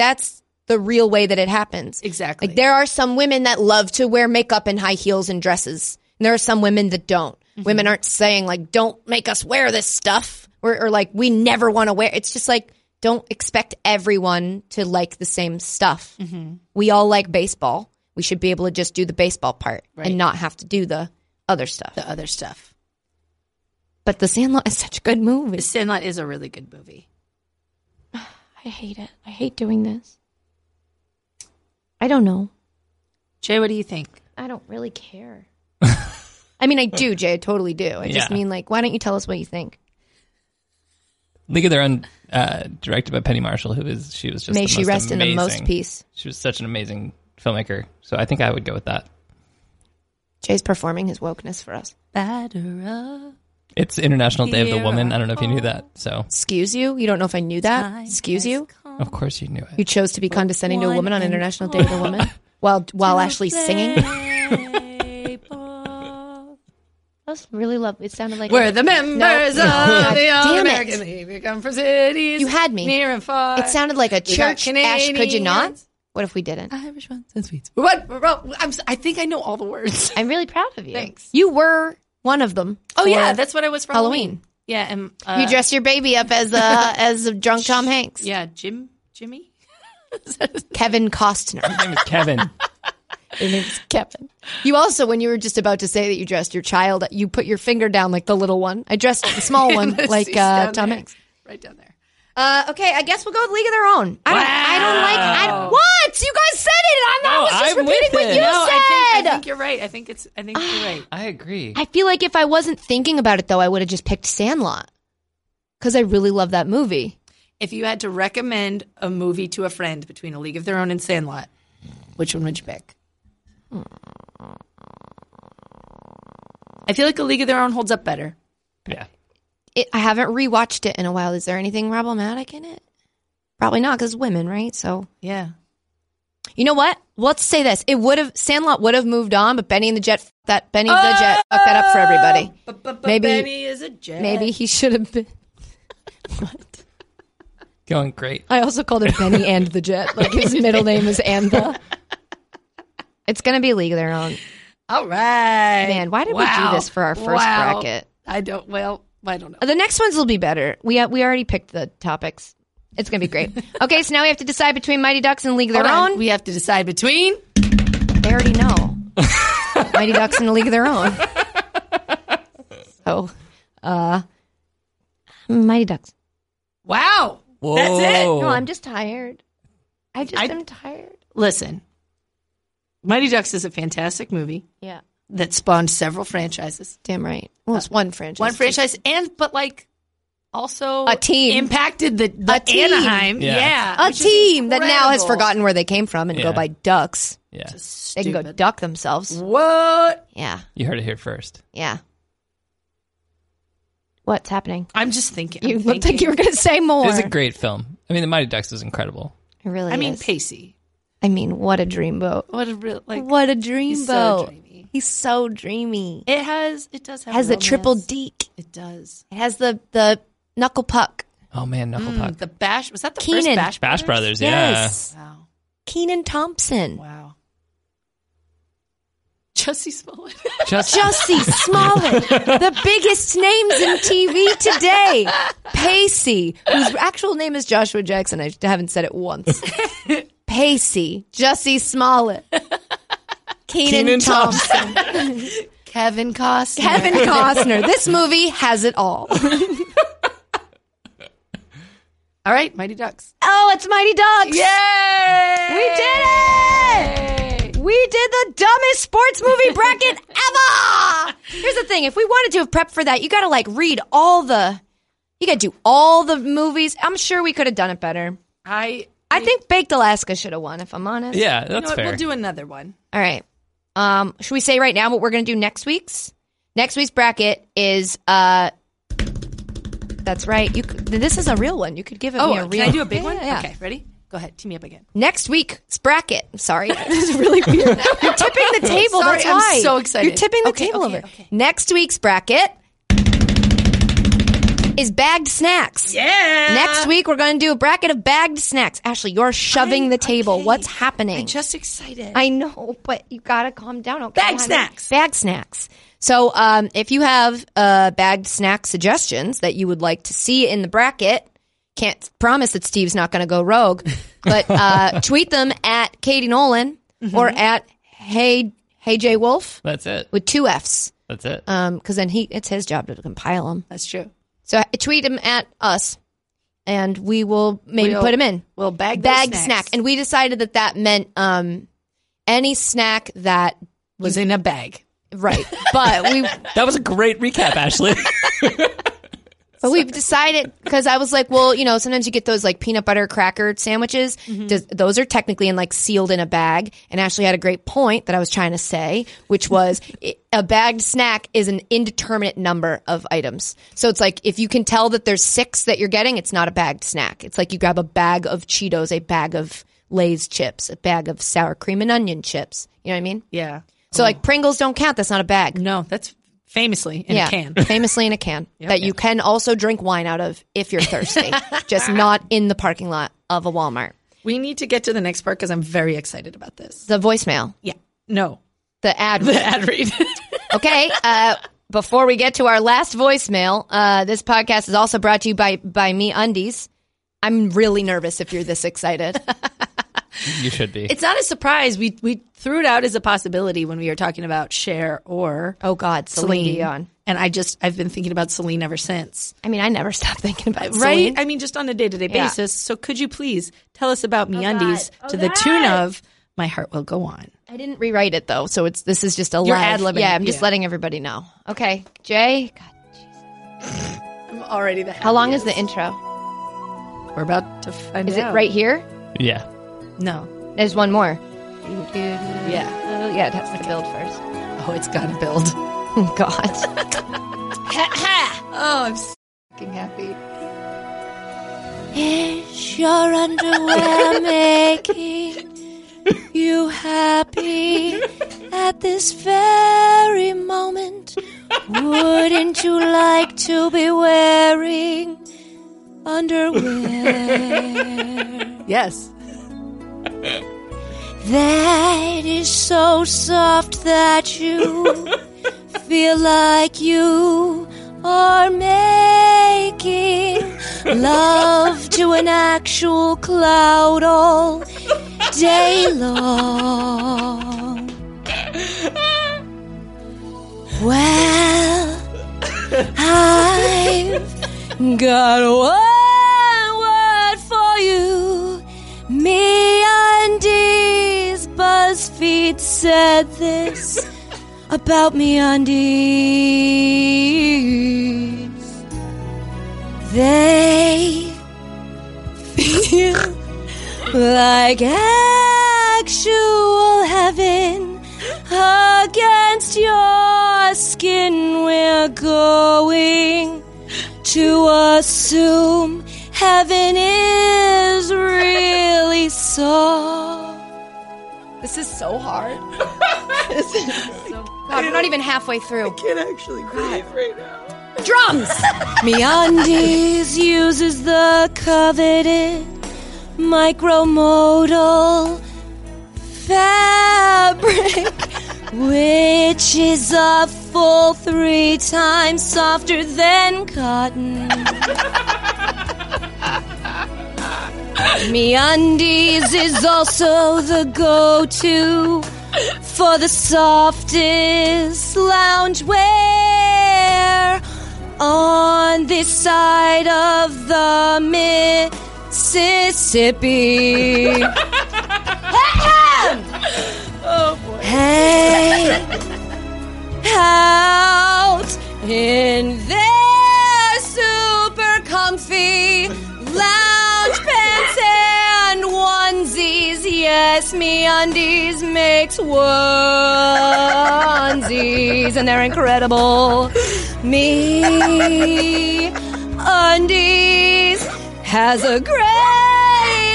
S2: that's the real way that it happens.
S5: Exactly.
S2: Like there are some women that love to wear makeup and high heels and dresses, and there are some women that don't.
S5: Mm-hmm.
S2: Women aren't saying like don't make us wear this stuff or, or like we never want to wear. It's just like don't expect everyone to like the same stuff.
S5: Mm-hmm.
S2: We all like baseball. We should be able to just do the baseball part
S5: Right.
S2: and not have to do the other stuff.
S5: the other stuff.
S2: But The Sandlot is such a good movie.
S5: The Sandlot is a really good movie.
S2: I hate it. I hate doing this. I don't know.
S5: Jay, what do you think?
S2: I don't really care. I mean, I do, Jay. I totally do. I just
S3: Yeah.
S2: mean, like, why don't you tell us what you think?
S3: League of Their Own, uh, directed by Penny Marshall, who is she was just
S2: May
S3: the
S2: she
S3: most
S2: rest in the most
S3: amazing-
S2: peace.
S3: She was such an amazing filmmaker, so I think I would go with that.
S2: Jay's performing his wokeness for us.
S5: Batter up.
S3: It's International Day of the
S5: Here
S3: Woman. I don't know if you knew
S5: I
S3: that. So,
S2: Excuse you? You don't know if I knew that? Excuse you?
S3: of course, you knew it.
S2: You chose to be condescending to a woman on International Day of the Woman while while actually singing. That was really lovely. It sounded like
S5: We're the members
S2: No.
S5: of the
S2: God
S5: All
S2: damn it.
S5: American League. We come from cities.
S2: You had me.
S5: Near and far.
S2: it sounded like a
S5: We got
S2: church. Ash, could you not? Uh-huh.
S5: Canadians,
S2: What if we didn't?
S5: Irish ones and Swedes. What? what- I'm, si think I know all the words.
S2: I'm really proud of you.
S5: Thanks.
S2: You were one of them.
S5: Oh, yeah.
S2: for
S5: That's what I was for
S2: Halloween.
S5: Halloween. Yeah. And, uh,
S2: you dressed your baby up as a as a drunk Tom Hanks.
S5: Yeah. Jim. Jimmy?
S2: Kevin Costner.
S3: His name is Kevin.
S2: His name is Kevin. You also, when you were just about to say that you dressed your child, you put your finger down like the little one. I dressed the small one
S5: He's
S2: like uh,
S5: down
S2: Tom
S5: there.
S2: Hanks.
S5: Right down there.
S2: Uh, okay, I guess we'll go with League of Their Own. I don't, I don't like. I don't- what you guys said it. I'm not I
S3: No,
S2: was just
S3: I'm
S2: repeating
S3: with
S2: what
S3: it.
S2: you
S3: No,
S5: I
S2: said. Ah.
S5: think, I think you're right. I think it's. I think you're right.
S3: I agree.
S2: I feel like if I wasn't thinking about it though, I would have just picked Sandlot because I really love that movie.
S5: If you had to recommend a movie to a friend between A League of Their Own and Sandlot, which one would you pick? I feel like A League of Their Own holds up better.
S3: yeah.
S2: It, I haven't rewatched it in a while. Is there anything problematic in it? Probably not because women, right? So
S5: Yeah.
S2: you know what? Let's say this: it would have Sandlot would have moved on, but Benny and the Jet f- that Benny and the Jet fucked that up for everybody.
S5: Oh,
S2: Maybe- Benny
S5: is a
S3: Uh,
S5: jet.
S2: Maybe he should have been.
S3: Going great.
S2: I also called him Benny and the Jet. Like his middle name is and the. It's gonna be League of Their Own.
S5: All right.
S2: Man, why did we do
S5: Wow.
S2: this for our first
S5: Wow.
S2: bracket?
S5: I don't. Well, I don't know.
S2: The next ones will be better. We uh, we already picked the topics. It's gonna be great. okay, so now we have to decide between Mighty Ducks and League of Their
S5: Hold on.
S2: Own.
S5: We have to decide between.
S2: They already know Mighty Ducks and League of Their Own. So, uh, Mighty Ducks.
S5: Wow.
S3: Whoa.
S5: That's it.
S2: No, I'm just tired. I just
S5: I-
S2: am tired.
S5: Listen, Mighty Ducks is a fantastic movie
S2: Yeah,
S5: that spawned several franchises.
S2: damn right. Well, it's one franchise.
S5: One franchise, and but like also
S2: A team.
S5: impacted the, the
S2: A team.
S5: Anaheim.
S3: Yeah.
S5: Yeah,
S2: a
S5: Uh, which is
S2: team that now has
S5: incredible.
S2: forgotten where they came from and
S3: Yeah.
S2: go by ducks.
S3: Yeah.
S2: They can go
S5: Stupid.
S2: duck themselves.
S5: What?
S2: Yeah,
S3: You heard it here first.
S2: yeah. What's happening?
S5: I'm just thinking.
S2: You
S5: I'm
S2: looked like you were going to say more.
S3: It was a great film. I mean, The Mighty Ducks was incredible.
S2: It really
S5: I mean,
S2: is.
S5: Pacey.
S2: I mean, what a dreamboat.
S5: What a real like.
S2: what a dreamboat.
S5: he's so dreamy.
S2: He's so dreamy.
S5: It has. It does have.
S2: has the
S5: romance.
S2: triple deek.
S5: It does.
S2: It has the the knuckle puck.
S3: Oh man, Knuckle Puck.
S5: Mm, The Bash was that the
S2: Keenan.
S5: first Bash
S3: Bash
S5: Brothers?
S3: Brothers, yeah.
S5: Wow.
S2: Keenan Thompson.
S5: Wow. Jesse Smollett.
S3: Just,
S2: Jussie Smollett, the biggest names in TV today. Pacey, whose actual name is Joshua Jackson. I haven't said it once. Pacey, Jussie Smollett, Keenan,
S3: Kenan
S2: Thompson,
S5: Kevin Costner.
S2: Kevin Costner. This movie has it all.
S5: All right, Mighty Ducks.
S2: Oh, it's Mighty Ducks.
S5: Yay!
S2: We did it! We did the dumbest sports movie bracket ever! Here's the thing if we wanted to have prepped for that, you gotta like read all the. You gotta do all the movies. I'm sure we could have done it better.
S5: I
S2: I think Baked Alaska should have won, if I'm honest.
S3: yeah,
S5: you know
S3: that's
S5: what,
S3: fair.
S5: we'll do another one.
S2: All right. Um, should we say right now what we're gonna do next week's? Next week's bracket is. uh That's right. You. c- This is a real one. You could give it
S5: Oh,
S2: me a real.
S5: can I do a big
S2: Yeah,
S5: one?
S2: yeah, yeah.
S5: Okay, ready? Go ahead. Tee me up again.
S2: Next week's bracket. Sorry, this is really weird. You're tipping the table.
S5: Sorry,
S2: that's
S5: I'm
S2: why.
S5: so excited.
S2: You're tipping the
S5: Okay,
S2: table
S5: okay,
S2: over.
S5: okay.
S2: Next week's bracket is bagged snacks.
S5: Yeah.
S2: Next week we're going to do a bracket of bagged snacks. Ashley, you're shoving the table. What's happening?
S5: I'm just excited.
S2: I know, but you gotta calm down. Oh, Okay,
S5: Bag
S2: honey?
S5: snacks.
S2: Bag snacks. So, um, if you have uh, bagged snack suggestions that you would like to see in the bracket, can't promise that Steve's not going to go rogue, but uh, tweet them at Katie Nolan
S5: Mm-hmm.
S2: or at Hey Hey J Wolf
S3: that's it.
S2: with two Fs,
S3: That's it.
S5: Uh,
S2: because then he it's his job to compile them.
S5: That's true.
S2: So tweet them at us, and we will maybe
S5: We'll-
S2: put them in
S5: We'll bag those
S2: bagged
S5: snacks.
S2: snack, and we decided that that meant um, any snack that
S5: was in a bag.
S2: right, but we
S3: that was a great recap, Ashley.
S2: but we've decided because I was like, well, you know, sometimes you get those like peanut butter cracker sandwiches. Does, those are technically in like sealed in a bag. And Ashley had a great point that I was trying to say, which was i- a bagged snack is an indeterminate number of items. So it's like if you can tell that there's six that you're getting, it's not a bagged snack. It's like you grab a bag of Cheetos, a bag of Lay's chips, a bag of sour cream and onion chips. You know what I mean?
S5: Yeah.
S2: So like Pringles don't count. That's not a bag.
S5: No, that's famously in a can.
S2: famously in a can that you can also drink wine out of if you're thirsty, just not in the parking lot of a Walmart.
S5: We need to get to the next part because I'm very excited about this.
S2: The voicemail,
S5: Yeah. No.
S2: the ad.
S5: The ad read.
S2: okay. Uh, before we get to our last voicemail, uh, this podcast is also brought to you by by Me Undies. I'm really nervous if you're this excited.
S3: You should be.
S5: It's not a surprise. We we threw it out as a possibility when we were talking about Cher or
S2: Oh God, Celine,
S5: Celine.
S2: Dion.
S5: And I just I've been thinking about Celine ever since.
S2: I mean, I never stop thinking about
S5: Right?
S2: Celine.
S5: I mean, just on a day to day
S2: Yeah.
S5: basis. So could you please tell us about MeUndies
S2: God. Oh,
S5: to the
S2: God.
S5: tune of "My Heart Will Go On"?
S2: I didn't rewrite it though, so it's this is just a
S5: You're
S2: live.
S5: ad-libbing
S2: Yeah,
S5: it,
S2: I'm just
S5: yeah.
S2: letting everybody know. Okay, Jay, God,
S5: I'm already the.
S2: how long is the intro?
S5: We're about to find
S2: Is
S5: out.
S2: it right here?
S3: yeah.
S5: No.
S2: There's one more.
S5: Yeah.
S2: Oh, yeah, it has to build first.
S5: Oh, it's got to build.
S2: Oh, God.
S5: Oh, I'm so fucking happy.
S2: Is your underwear making you happy at this very moment? Wouldn't you like to be wearing underwear?
S5: Yes.
S2: That is so soft that you feel like you are making love to an actual cloud all day long. Well, I've got one word for you. Me undies. BuzzFeed said this about me undies. They feel like actual heaven against your skin. We're going to assume heaven is really soft.
S5: This is so hard.
S2: God, we're not even halfway through.
S5: Can't actually breathe right now.
S2: Drums! MeUndies uses the coveted micromodal fabric, which is a full three times softer than cotton. MeUndies is also the go-to for the softest loungewear on this side of the Mississippi. Ahem! Hey, out in their super comfy lounge pants and onesies. Yes, me undies makes onesies, and they're incredible. Me undies has a great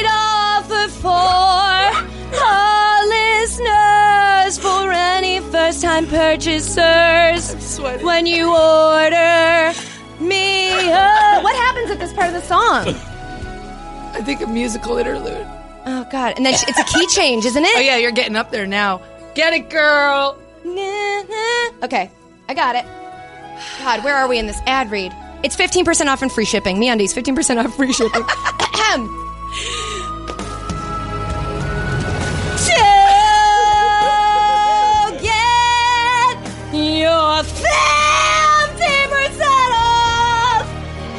S2: offer for our listeners for any first time purchasers. When you order me, a- what happens at this part of the song?
S5: I think a musical interlude.
S2: Oh God! And then she, it's a key change, isn't
S5: Oh
S2: it?
S5: yeah, you're getting up there now. Get it, girl.
S2: Okay, I got it. God, where are we in this ad read? It's fifteen percent off and free shipping. MeUndies, fifteen percent off free shipping. Ahem. to get your fifteen percent off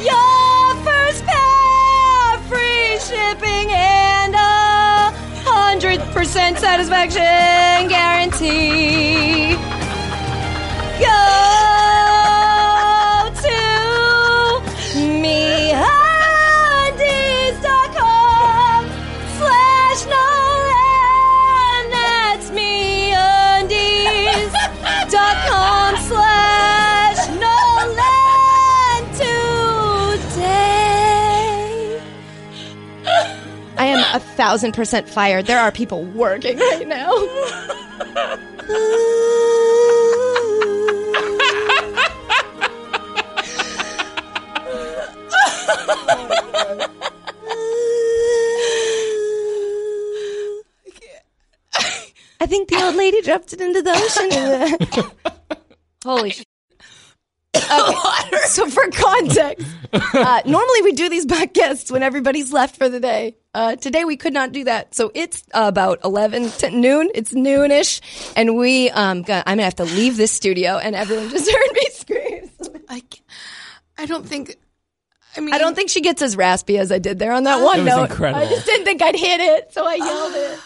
S2: your first pair, free shipping, and a hundred percent satisfaction guarantee go to meundies.com slash Nolan. That's meundies.com slash Nolan today. I am a thousand percent fired. There are people working right now. I think the old lady dropped it into the ocean. Holy shit. So for context, uh, normally we do these podcasts when everybody's left for the day. Uh, today we could not do that, so it's about eleven to noon. It's noonish, and we um, gonna, I'm gonna have to leave this studio, and everyone just heard me scream.
S5: I, c- I don't think. I mean,
S2: I don't think she gets as raspy as I did there on that one
S3: was
S2: note.
S3: incredible.
S2: I just didn't think I'd hit it, so I yelled it.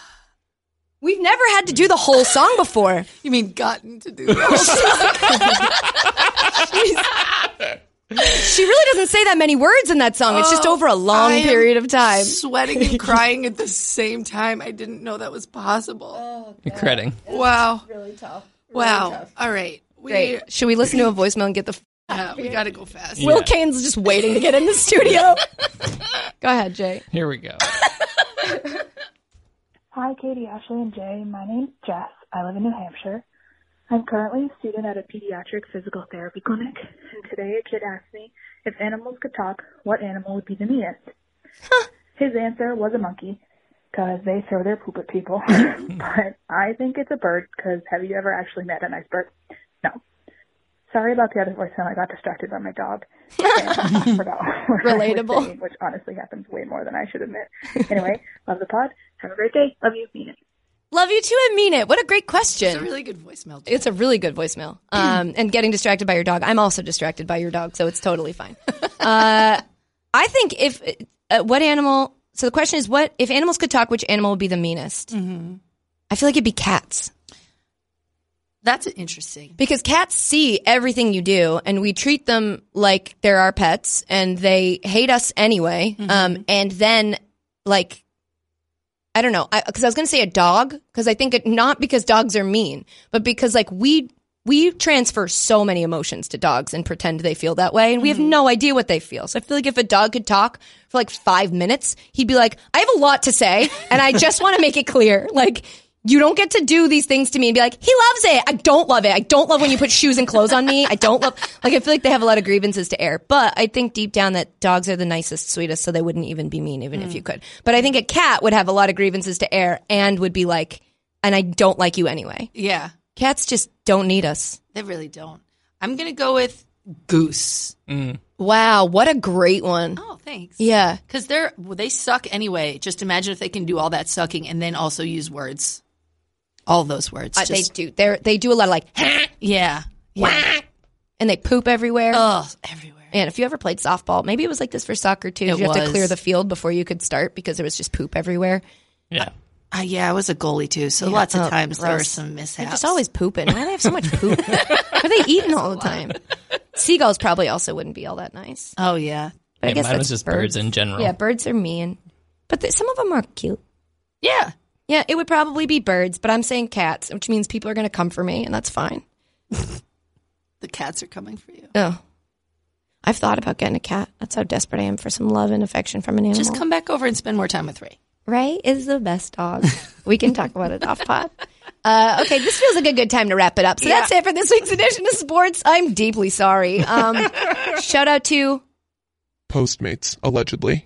S2: We've never had to do the whole song before.
S5: you mean gotten to do that.
S2: She really doesn't say that many words in that song. It's just over a long
S5: I am
S2: period of time.
S5: sweating and crying at the same time. I didn't know that was possible.
S3: You're creding.
S5: wow, Uh, really tough. wow. All right, we
S2: Great. Should we listen to a voicemail and get the? F-
S5: uh, we got to go fast.
S2: Will Kane's just waiting to get in the studio. Go ahead, Jay.
S3: Here we go.
S4: Hi, Katie, Ashley, and Jay. My name's Jess. I live in New Hampshire. I'm currently a student at a pediatric physical therapy clinic, and today a kid asked me if animals could talk, what animal would be the meanest? His answer was a monkey, because they throw their poop at people. but I think it's a bird, because have you ever actually met an iceberg? No. Sorry about the other voicemail. I got distracted by my dog. And forgot what I was
S2: Relatable.
S4: saying, which honestly happens way more than I should admit. Anyway, love the pod. Have a great day. Love you. Mean it.
S2: Love you too and mean it. What a great question.
S5: It's a really good voicemail. Jess.
S2: It's a really good voicemail. Um, and getting distracted by your dog. I'm also distracted by your dog, so it's totally fine. Uh, I think if uh, what animal. So the question is, what if animals could talk? Which animal would be the meanest?
S5: Mm-hmm.
S2: I feel like it'd be cats
S5: That's interesting.
S2: because cats see everything you do, and we treat them like they're our pets, and they hate us anyway. Um, and then like I don't know, because I, was going to say a dog, because I think it, not because dogs are mean, but because like we we transfer so many emotions to dogs and pretend they feel that way, and we have no idea what they feel. So I feel like if a dog could talk for like five minutes, he'd be like, "I have a lot to say, and I just want to make it clear, like." You don't get to do these things to me and be like, he loves it. I don't love it. I don't love when you put shoes and clothes on me. I don't love, like, I feel like they have a lot of grievances to air. But I think deep down that dogs are the nicest, sweetest, so they wouldn't even be mean, even if you could. But I think a cat would have a lot of grievances to air and would be like, and I don't like you anyway.
S5: Yeah,
S2: Cats just don't need us.
S5: they really don't. I'm gonna go with goose.
S2: Wow. What a great one.
S5: Oh, thanks.
S2: Yeah.
S5: Because they're well, they suck anyway. Just imagine if they can do all that sucking and then also use words, all those words.
S2: Uh, they
S5: just,
S2: do. They they do a lot of like,
S5: yeah, yeah.
S2: and they poop everywhere.
S5: Oh, everywhere.
S2: And if you ever played softball, maybe it was like this for soccer too.
S5: It
S2: you have
S5: was.
S2: to clear the field before you could start because there was just poop everywhere.
S3: Yeah.
S5: Uh, yeah, I was a goalie too, so lots of
S2: Oh,
S5: times there were
S2: gross.
S5: some mishaps.
S2: They're just always pooping. Why do they have so much poop? Why are they eating all the time? Seagulls probably also wouldn't be all that nice.
S5: Oh yeah,
S2: But I
S3: Yeah,
S2: guess
S3: mine was
S2: that's
S3: just birds in general.
S2: Yeah, birds are mean, but th- some of them are cute.
S5: yeah.
S2: Yeah, it would probably be birds, but I'm saying cats, which means people are going to come for me, and that's fine.
S5: The cats are coming for you.
S2: Oh, I've thought about getting a cat. That's how desperate I am for some love and affection from an animal.
S5: Just come back over and spend more time with Ray.
S2: Ray is the best dog. We can talk about it off pod. Uh, okay, this feels like a good time to wrap it up. So that's it for this week's edition of sports. I'm deeply sorry. Um, shout out to
S6: Postmates, allegedly.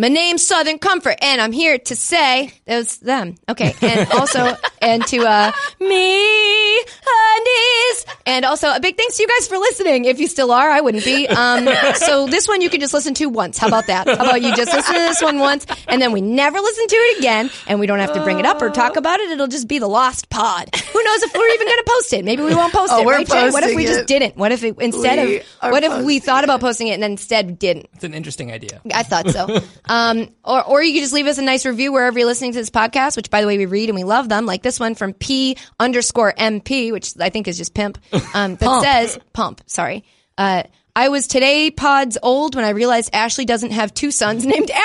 S2: my name's Southern Comfort, and I'm here to say that was them. Okay, and also and to uh, me honeys, and also a big thanks to you guys for listening. If you still are, I wouldn't be. Um, so this one you can just listen to once. How about that? How about you just listen to this one once, and then we never listen to it again, and we don't have to bring it up or
S5: Oh.
S2: talk about it. It'll just be the lost pod. Who knows if we're even going to post it? Maybe we won't post
S5: Oh,
S2: it.
S5: we're
S2: right, Jay? What if we
S5: posting
S2: just
S5: it.
S2: didn't? What if it, instead
S5: We
S2: of
S5: are
S2: what if we
S5: posting
S2: thought about posting it and then instead didn't?
S3: It's an interesting idea.
S2: I thought so. um, or, or you could just leave us a nice review wherever you're listening to this podcast, which by the way, we read and we love them. Like this one from P underscore MP, which I think is just pimp, um, that says pump. Sorry. Uh, I was today pods old when I realized Ashley doesn't have two sons named Aaron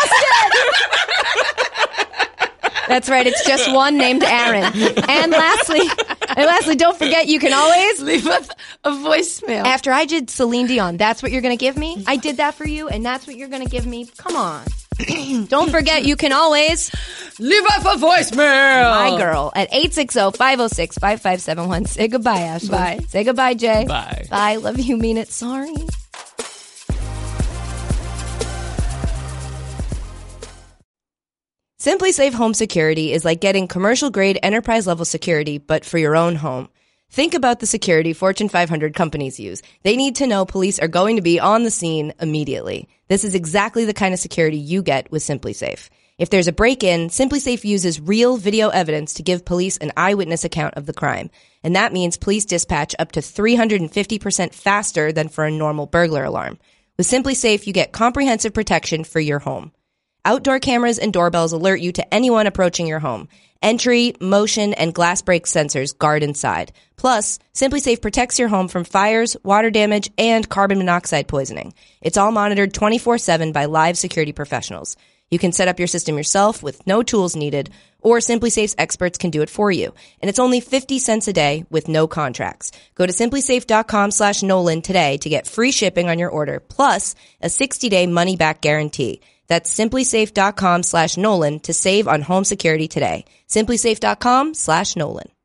S2: and Austin. That's right. It's just one named Aaron. And lastly, and lastly, don't forget you can always
S5: Leave a, a voicemail.
S2: after I did Celine Dion, that's what you're going to give me? I did that for you, and that's what you're going to give me? Come on. Don't forget, you can always
S5: Leave us a voicemail.
S2: my girl at 860-506-5571. Say goodbye, Ashley.
S5: Bye.
S2: Say goodbye, Jay.
S3: Bye.
S2: Bye. Love you. Mean it. Sorry. Simply Safe Home Security is like getting commercial grade enterprise level security, but for your own home. Think about the security Fortune 500 companies use. They need to know police are going to be on the scene immediately. This is exactly the kind of security you get with Simply Safe. If there's a break-in, Simply Safe uses real video evidence to give police an eyewitness account of the crime. And that means police dispatch up to 350% faster than for a normal burglar alarm. With Simply Safe, you get comprehensive protection for your home. Outdoor cameras and doorbells alert you to anyone approaching your home. Entry, motion, and glass break sensors guard inside. Plus, SimpliSafe protects your home from fires, water damage, and carbon monoxide poisoning. It's all monitored 24-7 by live security professionals. You can set up your system yourself with no tools needed, or SimpliSafe's experts can do it for you. And it's only 50 cents a day with no contracts. Go to simplysafe.com slash Nolan today to get free shipping on your order, plus a 60-day money-back guarantee. That's simplysafe.com slash Nolan to save on home security today. Simplysafe.com slash Nolan.